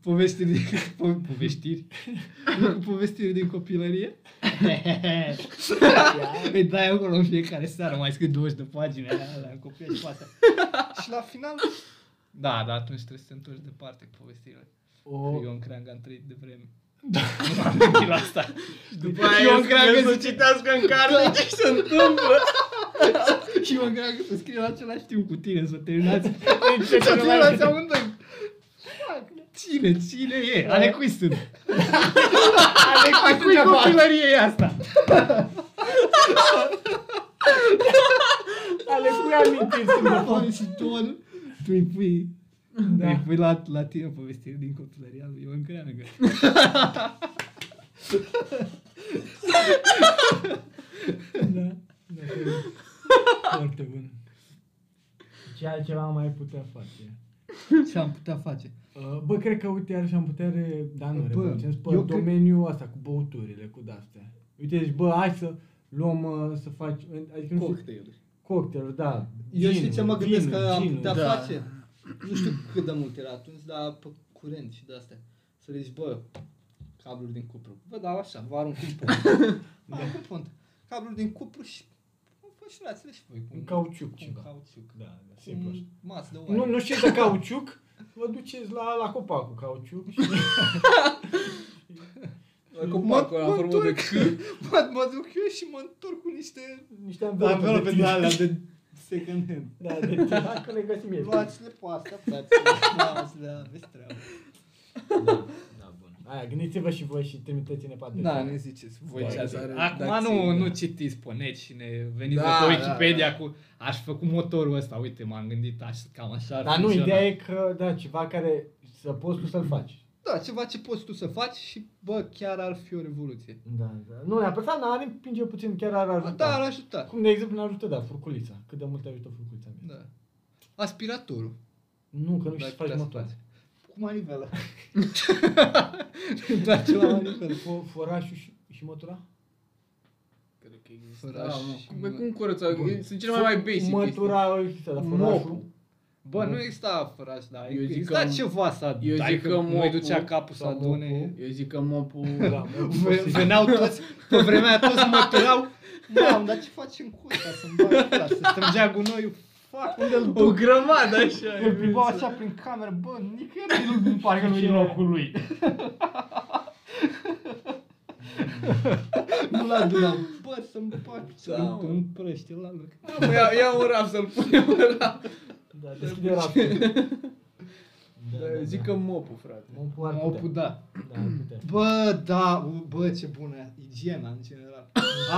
poveștiri, din- po- poveștiri, Vii cu povestiri din copilărie. Da. Păi Îi dai acolo în fiecare seară, mai scrii 20 de pagini alea, copii și pasă. Și la final... Da, da, atunci trebuie să te întorci departe cu povestirile. O, Ion Creangă am trăit de vreme. Da. Nu m-am gândit la asta. După aia eu cred că să Da. citească în carte ce se întâmplă. Și mă gândeam că să scrie la același timp cu tine, să terminați. ce Să mai- terminați amândoi. Cine, cine e? Ale cui sunt? Ale Da. cui cui copilărie e asta? ale cui amintiți sunt de fapt. Apoi și ton, tu îi pui, da. îi Da. pui la, la tine povestiri din copilăria lui Ion Creangă. Da. da, Foarte bun. Ce altceva am mai putea face? Ce am putea face? Uh, Bă, cred că, uite, iarăși am putea, re... da, nu, Bă, revoluționez pe eu cred- domeniul asta, cu băuturile, cu de-astea. Uite, deci, bă, hai să luăm, uh, să faci, adică nu știu, Cocktail. cocktail, da. Eu știu ginuri, ce mă gândesc că vinuri, am ginuri. putea da. face. Nu știu cât de mult era atunci, dar pe curent și de astea. Să le zici, bă, cabluri din cupru. Bă, dau așa, vă arunc un pont. Da. Vă arunc un pont. Cabluri din cupru și înfășurați-le și voi. Un cauciuc, cu Un ceva. cauciuc. Mm, Da, da, Cu simplu. Un așa. mas de Nu, oaie. nu știu de cauciuc, vă duceți la, la copac cu cauciuc și... La copacul ăla în formă de C. Mă, mă duc eu și mă întorc cu niște... niște anvelope de tine. de second hand. Da, de tine. Hai că le găsim ieri. Luați-le pe astea, fraților. Luați-le, aveți treabă. Da, da, bun. Aia, gândiți-vă și voi și trimiteți-ne pe Da, adresa. ne ziceți voi Da, ce ați are Acum redacții, nu, da. nu citiți pe net și ne veniți Da, da, pe da, Wikipedia da. cu aș făcut motorul ăsta, uite m-am gândit aș, cam așa ar Dar nu, funcționa." ideea e că, da, ceva care să poți tu să-l faci. Da, ceva ce poți tu să faci și bă, chiar ar fi o revoluție. Da, da. Nu ne-a păsat, dar ne împinge puțin, chiar ar Bă, ajuta. da, ar ajuta. Cum de exemplu ne ajută, da, furculița. Cât de mult ajută furculița mea. Da. Aspiratorul. Nu, că nu Da, știi să dacă faci putea motor. faci. Cu manivelă. Îmi Da, place la manivelă. Fo- Forașul și, și motora? Cred că există. Făraș Da, mă. și Cum- mă- Cum curăța? Sunt cele mai mai basic chestii. Mătura există, dar Mopul. forașul... Bă, nu exista fără așa, da. Eu zic Exista că- ceva să eu dai zic că că nu îi mopul ducea capul să sau adune. mopul- Eu zic că mopul... Da, mopul Ve- posibil. Veneau toți, pe vremea aia toți măturau. Mamă, dar ce facem cu ăsta să-mi bag ăla, să strângea gunoiul? Fac, unde îl O duc? grămadă așa. Îl plimbau așa prin cameră, bă, nicăieri nu nu parcă nu e Și- locul lui. Nu l-a adunam. Bă, să-mi bag Da, mă. un prăște la loc. Mă, Ia, ia un raf să-l punem în raf. Da, deschide raftul. Da, eu zic că mopul, frate. Mopul ar Mă putea. da. Da, ar putea. Bă, da, u- bă, ce bună e. igiena în general.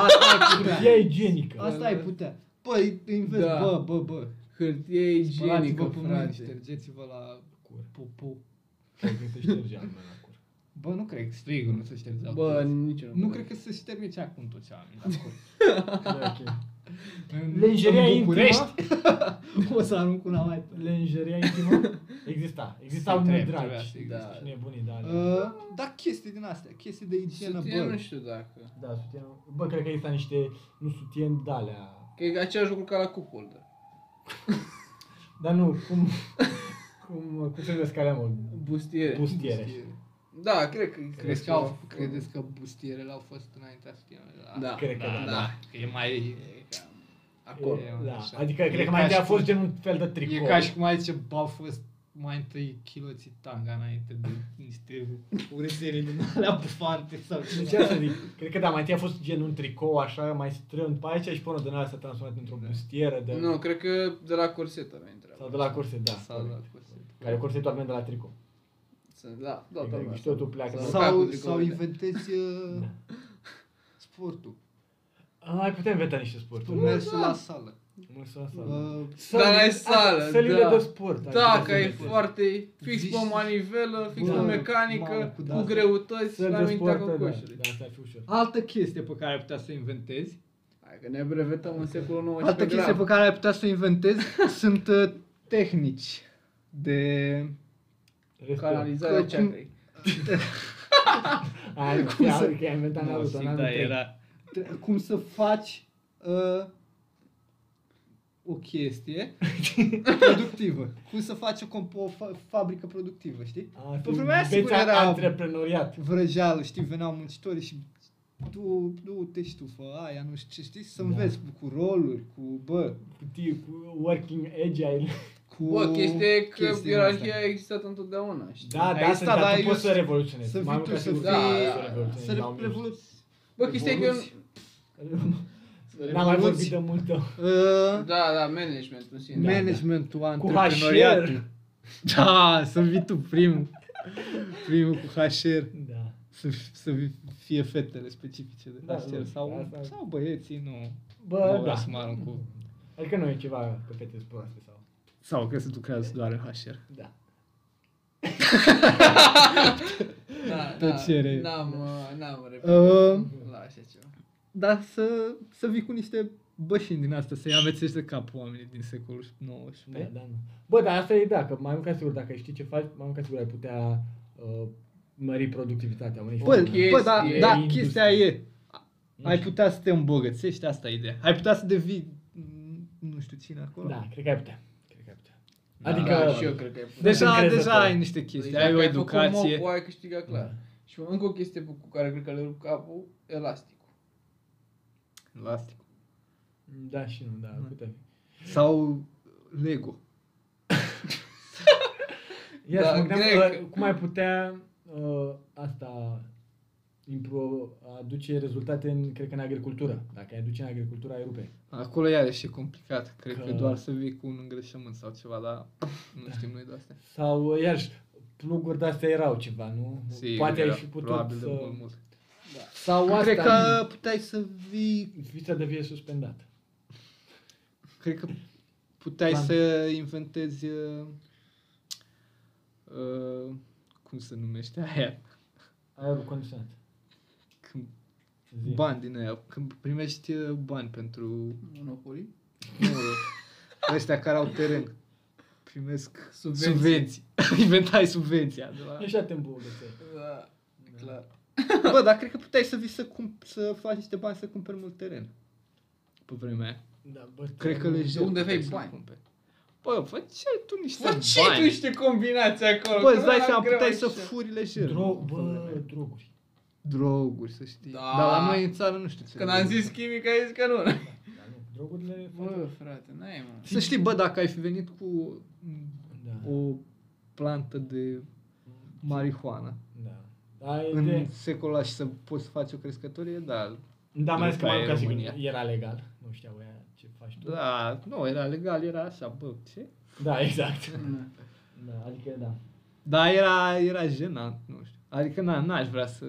Asta ai putea. Ea e igienică. Asta ai putea. Da. Bă, invers, Da. bă, bă, bă. Hârtie Spălați-vă igienică, pe mâini, frate. ștergeți-vă la Cur. popo. Cred că se șterge albă la cur. Bă, nu cred că strigul nu se ștergea. Bă, acolo. nici eu nu cred că se șterge ce acum tot ce am. Da, ok. În- Lenjeria în intimă? București. o să arunc una mai pe. Lenjeria intimă? Exista. Exista Se un trebuie, trebuia dragi. să existe. Da. Și nebunii, da. alea. Uh, da, chestii din astea, chestii de igienă, Sutie nu bă. știu dacă. Da, sutienul. Bă, cred că exista niște, nu sutien, de alea. Că e același lucru ca la cupolder. Dar nu, cum... Cum, uh, cum se descalea, mă? Bustiere. Bustiere. Da, cred că există. Crezi că Ceva au, acolo. credeți că bustierele au fost înaintea sutienelor? Da, Cred că da, da. Că e mai... E cam Acolo. E- Da, Așa. adică E cred că ca mai întâi a și fost cum- gen un fel de tricou. E ca și cum ai zice, bă, au fost mai întâi chiloții tanga înainte de niște urezele din alea bufante sau Deci ceva. asta zic, cred că da, mai întâi a fost gen un tricou așa, mai strâmt pe aici și până din ala s-a transformat într-o Da. bustieră de... Nu, cred că de la corsetă avea intrat. Sau de da. la corset, da. Sau la corect. Care corsetul avem de la tricou. Să- Da, E, toată lumea. și totul pleacă. Să- Sau, cu sau tricourile. inventezi uh, Da. Da. sportul. Mai putem inventa niște Tu sporturi. mergi la sală. Mă să sală. Uh, Dar ai sală, Sălile da. de sport. ai Da, putea că să e inventezi. foarte fix pe Zici- o manivelă, fix Bă, pe o mamă, mecanică, cu cu de-astea. greutăți Săli la de mintea sport, da. Da, cocoșului. asta ar fi ușor. Altă chestie pe care ai putea să o inventezi. Hai că ne brevetăm în secolul XIX. Altă chestie pe care ai putea să o inventezi sunt uh, tehnici de... Respect. Canalizarea Că- ceacrei. Ai, Cum să- că ai inventat Nu, Naruto, zic, n-am da, înțeles. era... tre- cum să faci uh, o chestie productivă. cum să faci o, comp- o fa- fabrică productivă, știi? Păi Ar fi Pe vremea aia sigur beța era- antreprenoriat. Vrăjeală, știi, veneau muncitorii și du, du-te și tu, fă aia, nu știu ce, știi? Să Da. înveți cu roluri, cu, bă, Cutie cu working agile. cu... Bă, chestia e că chestiile ierarhia astea. a existat întotdeauna, știi? Da, da, Ai sunt, stat, dar dar tu eu poți să să- revoluționezi. să Mai fii mult tu, ca să sigur fii- poți Da, să da, revoluționezi, să la un minut. revoluți. Bă, chestia e că... Evoluți. N-am mai Revoluți. vorbit de mult tău. Uh, Da, da, management în sine. Managementul, HR. antreprenoriatul. Da, să vii tu primul. Primul cu HR. Da. Să, să fie fetele specifice de Da, HR logic, sau, asta- sau băieții, nu. Bă, nu da. răsmarul cu... Adică nu e ceva pe fete proaste sau... Sau că se lucrează doar în HR. Da. Da, Tăcere. Da, n-am, uh, n-am repetat Uh, la așa ceva. dar să, să vii cu niște bășini din asta, să-i amețești de cap oamenii din secolul Da, 19. da, nu. Bă, dar asta e da, că mai mult ca sigur, dacă știi ce faci, mai mult ca sigur ai putea uh, mări productivitatea unei Bă, firme. bă, da, Chestie, da, industrie. chestia e. Nu Ai știu. putea să te îmbogățești, asta e ideea. Ai putea să devii, m, nu știu cine acolo. Da, cred că ai putea. Cred că ai putea. Da, Adică... Da, și eu cred că e putut. sunt Deja, crezător. deja ai niște chestii, Păi ai o Deci educație. dacă ai câștigat clar. Și încă o chestie cu care cred că le rup capul, elasticul. Elastic. Da și nu, da, putea fi. Sau Lego. Ia Da, să mă gândeam grec. că, cum ai putea uh, asta impro, aduce rezultate în, cred că în agricultură. Dacă ai aduce în agricultură, ai rupe. Acolo iarăși e complicat. Cred că, Că- doar să vii cu un îngrășământ sau ceva, dar nu știm noi de astea. Sau, uh, iarăși, pluguri de-astea erau ceva, nu? Sigur, Poate ai era fi putut probabil de să... mult, mult. Sau asta, Cred că puteai să vii, vița devie suspendată. cred că puteai Plan. să inventezi, uh, uh, cum se numește aia, Aerul condiționat. când Zi. bani din aia, când primești uh, bani pentru, Monopoly? nu, ăștia care au teren, primesc Subvenții. subvenții, inventai subvenția de la... Așa te îmbogățești. Da, e clar. Bă, dar cred că puteai să vii să, cum, să faci niște bani să cumperi mult teren. Pe vremea aia. Da, bă, Cred că lejer. unde puteai vei să bani? cumperi. Bă, făceai tu niște Bă, ce tu bani. niște combinații acolo? Bă, că îți dai era seama, greu puteai așa. să furi lejer. Dro- bă, droguri. Droguri, să știi. Da. Dar la noi în țară nu știu ce. Când am zis chimic, ai zis că nu. Da, nu. Drogurile... Bă, frate, n-ai, mă. Să știi, bă, dacă ai fi venit cu Da. o plantă de marihuana Da. Da, e de... în secolul ăla și să poți să faci o crescătorie, da. Da, mai ales că După mai aia ca sigur România. era legal. Nu știau ea ce faci tu. Da, nu, era legal, era așa, bă, ce? da exact. Da, adică da. Dar era, era jenant, nu știu. Adică na, n-aș vrea să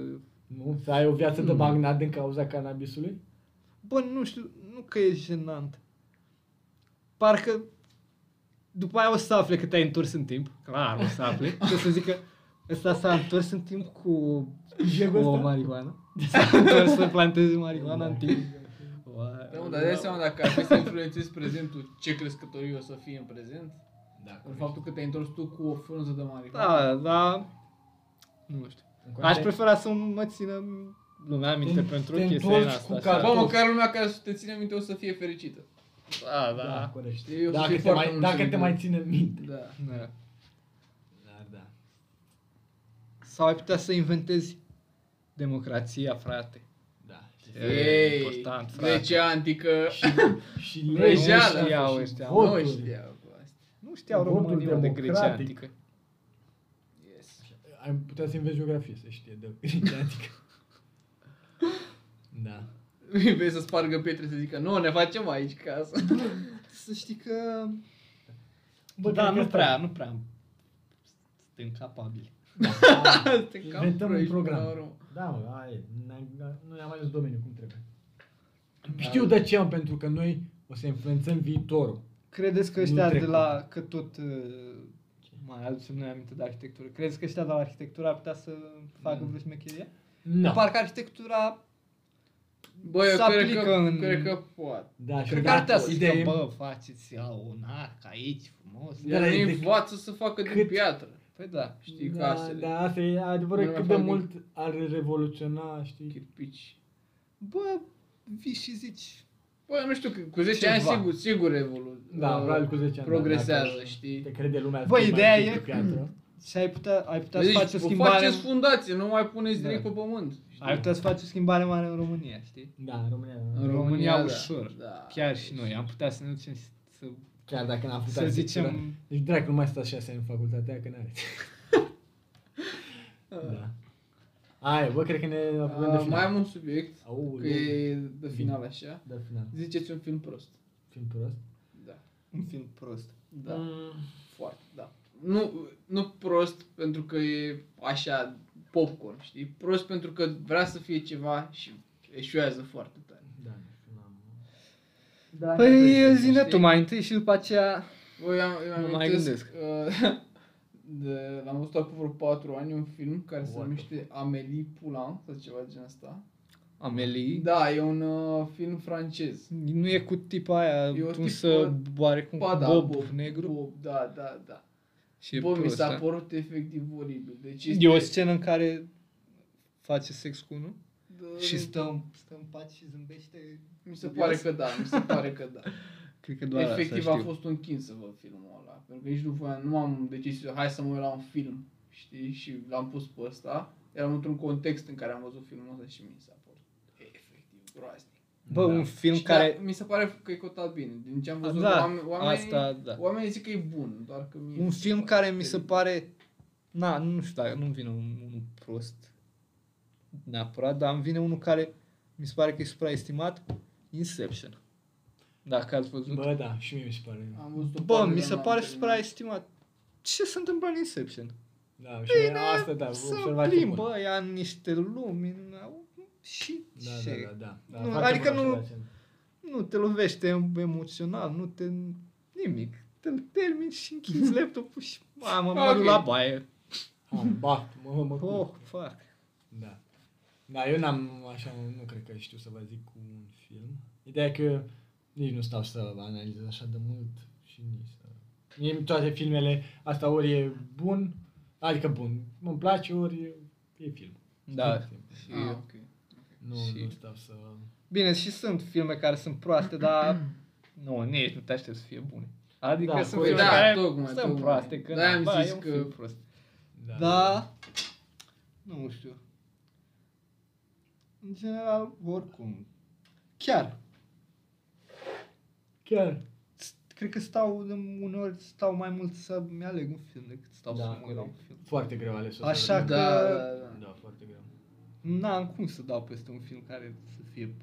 Nu? Să ai o viață de magnat din cauza cannabisului? Bă, nu știu, nu că e jenant. Parcă după aia o să afle că te-ai întors în timp. Clar, o să afle. Și o să zică, ăsta s-a întors în timp cu, cu Jegul o ăsta? marihuana. S-a întors să planteze marihuana în timp. Da, mă, dar dai seama dacă ar fi să influențezi prezentul, ce crescătorii o să fie în prezent? Da. În faptul că te-ai întors tu cu o frunză de Da, marihuana. da, nu știu. Aș prefera să mă țină lumea aminte Te- pentru te chestia întorci din asta. cu așa. Da. Bă, măcar lumea care să te ține minte o să fie fericită. Da, Da, da. corect. Știi, eu Dacă sunt te foarte mai, mulțumit dacă te de- mai ține minte. Da. da. Da, da. Sau ai putea să inventezi democrația, frate. Da. Ei, important, frate. Grecia antică. Și, și Vrăjeală. legea. Nu știau ăștia. Votul. Nu știau cu asta. Nu știau Votul românii mă, de Grecia democratic. antică. Yes. Ai putea să înveți geografie, să știe de Grecia antică. Da. Vei să spargă pietre să zică, nu, ne facem aici casă. Să știi că... Bă, da, cred că nu asta- prea, nu prea. Suntem capabili. Da. Te cam Inventăm un proști, program. până la urmă. Da, mă, aia e. N-am- nu ne-am ales domeniul cum trebuie. Da. Știu de ce am, pentru că noi o să influențăm viitorul. Credeți că Nu ăștia de trecut. la, că tot uh, mai aducem noi aminte de arhitectură, credeți că ăștia de la arhitectură ar putea să facă vreo șmecherie? Nu. Parcă arhitectura, Bă, eu Se cred aplică că, în- cred că poate. Da, și cred că da, ar putea să ideea zică, e- bă, faceți a, un arc aici frumos. Da, Dar dar nu e de- învață să facă din cât- piatră. Păi da. Știi, da, casele, Da, asta e adevărat Nu cât mai de fac mult ar revoluționa, știi? chirpici. Bă, vii și zici, Bă, nu știu, că cu 10 Ceva. ani sigur, sigur evoluează. Da, probabil cu 10 ani. da, Progresează, dacă știi? Te crede lumea. Bă, mai ideea știi e- de piatră. și ai putea, ai putea Deci, să faci o vă schimbare, faceți fundație, nu mai puneți Da. direct pe pământ. știi? ai putea să faci o schimbare mare în România, știi? Da, în România. da. În România da. ușor. Da. Chiar și noi, am putea să ne ducem și să, Chiar dacă n-am făcut să arhitectură. zicem, Deci, dracu, nu mai stați șase ani în facultatea, că n-aveți. da. Aia, bă, cred că ne apucăm de Uh, mai final. am un subiect, Da, Aoleu. că e de final așa. De final. Ziceți un film prost. Film prost. Da. un film prost. Da. Mm. Foarte, da. Nu, nu prost pentru că e așa popcorn, știi? Prost pentru că vrea să fie ceva și eșuează foarte tare. Da, nu știu, n-am- Da, Păi zine știi? tu mai întâi și după aceea... Voi am, eu Mă am mai amintesc, uh, de, l-am văzut acum vreo 4 ani un film care se What the numește Amélie Poulain sau ceva de genul ăsta. Amelie. Da, e un uh, film francez. Nu e cu tipa aia E o tunsă oarecum Ba, da, bob, bob negru Bob, da, da, da. și e Bă, mi prost, s-a da? părut efectiv oribil. Deci este, E o scenă în care face sex cu unul Da, și stă, stă în pat și zâmbește. Mi se pare că da, mi se pare că da. Cred că doar Efectiv asta a știu. fost un chin să văd filmul ăla, pentru că nici nu voiam, nu am decis, eu, hai să mă uit la un film, știi, și l-am pus pe ăsta. Eram într-un context în care am văzut filmul ăsta și mi s-a părut efectiv groaznic. Bă, Da. un film Și care... da, mi se pare că e cotat bine, din ce am A, văzut, da, oameni- oamenii, asta, da. oamenii zic că e bun, doar că mie Un se film pare care mi se teribil. pare... Na, nu știu dacă nu-mi vine un, unul prost neapărat, dar îmi vine unul care mi se pare că e supraestimat. Inception. Dacă ați văzut. Bă, da, și mie mi se pare. Am văzut Bă, mi se pare supraestimat. Ce se întâmplă în Inception? Da, și Bine, asta, da, se observație bună. plimbă ea în niște lumi na, și Da, ce? da, da, da. da Nu, foarte adică bună nu- observație. Nu te lovește em- emoțional, nu te... nimic. Te termin și închizi laptopul și mamă, mă duc Ok. la baie. Am bat, mă, mă, Oh, mă. fuck. Da. Da, eu n-am așa, nu cred că știu să vă zic cu un film. Ideea e că nici nu stau să analizez așa de mult și nici să... Mie toate filmele, asta ori e bun, adică bun, îmi place, ori e, e film. Da. Știi? Și, Ah, ok. Nu, Și- nu stau să... bine, și sunt filme care sunt proaste, dar nu, nici nu te aștepți să fie bune. Adică Da, sunt păi filme da, care tocmai, sunt tocmai. proaste, că De-aia na, am bă, zis e un că- film prost. Da. Da. Nu știu. În general, oricum. Chiar. Chiar. s- Cred că stau, de- uneori stau mai mult să-mi aleg un film decât stau Da, să mă uit la un corect. film. Foarte greu ales. o să Așa vedem. că- Da, da, da. Da, foarte greu. N-am cum să dau peste un film care să fie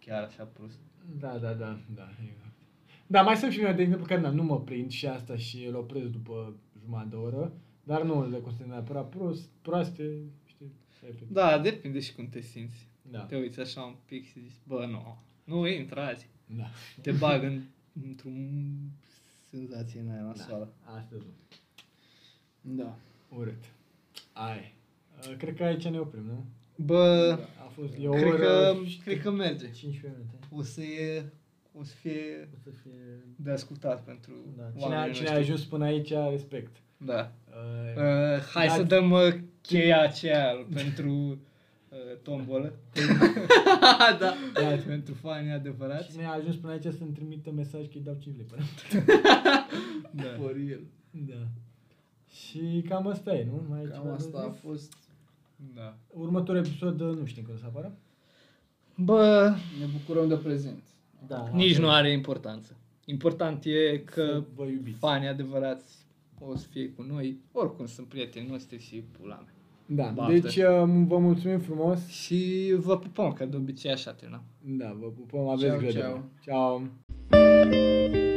chiar așa prost. Da, da, da, da, exact. Da, mai sunt filme, de exemplu, care na, nu mă prind și asta și îl opresc după jumătate de oră, dar nu le consider neapărat prost, proaste, știi, repet. Da, depinde și cum te simți. Da, Te uiți așa un pic și zici, bă, nu, nu intră azi. da, Te bag în, într-un senzație în aia da, nasoală. astăzi nu. Da. Urât. Ai. Uh, Cred că aici ne oprim, nu? Bă, A fost e o cred, oră că, și cred că merge. 15 minute. O să e, o să fie O să fie... de ascultat pentru Da. Cine, a, oamenii cine a noștri. ajuns până aici, respect. Da. Uh, Uh, hai Da. să dăm uh, cheia aceea pentru uh, tombolă. da. da, pentru fanii adevărați. cine a ajuns până aici să-mi trimită mesaj că îi dau 5 lei. până- Da. For real. Da. Și cam asta e, nu? Mai e Cam ceva de asta a zis? fost. da. Următorul episod uh, nu știm când o să apară. Bă, Ne bucurăm de prezent. Da. nici nu are importanță. Important e Că că vă iubiți. fanii adevărați o să fie cu noi. Oricum sunt prietenii noștri și pula mea. Da. Baftă. Deci um, vă mulțumim frumos. Și vă pupăm, că de obicei așa terminăm. Da, vă pupăm, aveți Ceau, grijă. de ceau. voi. Ceau.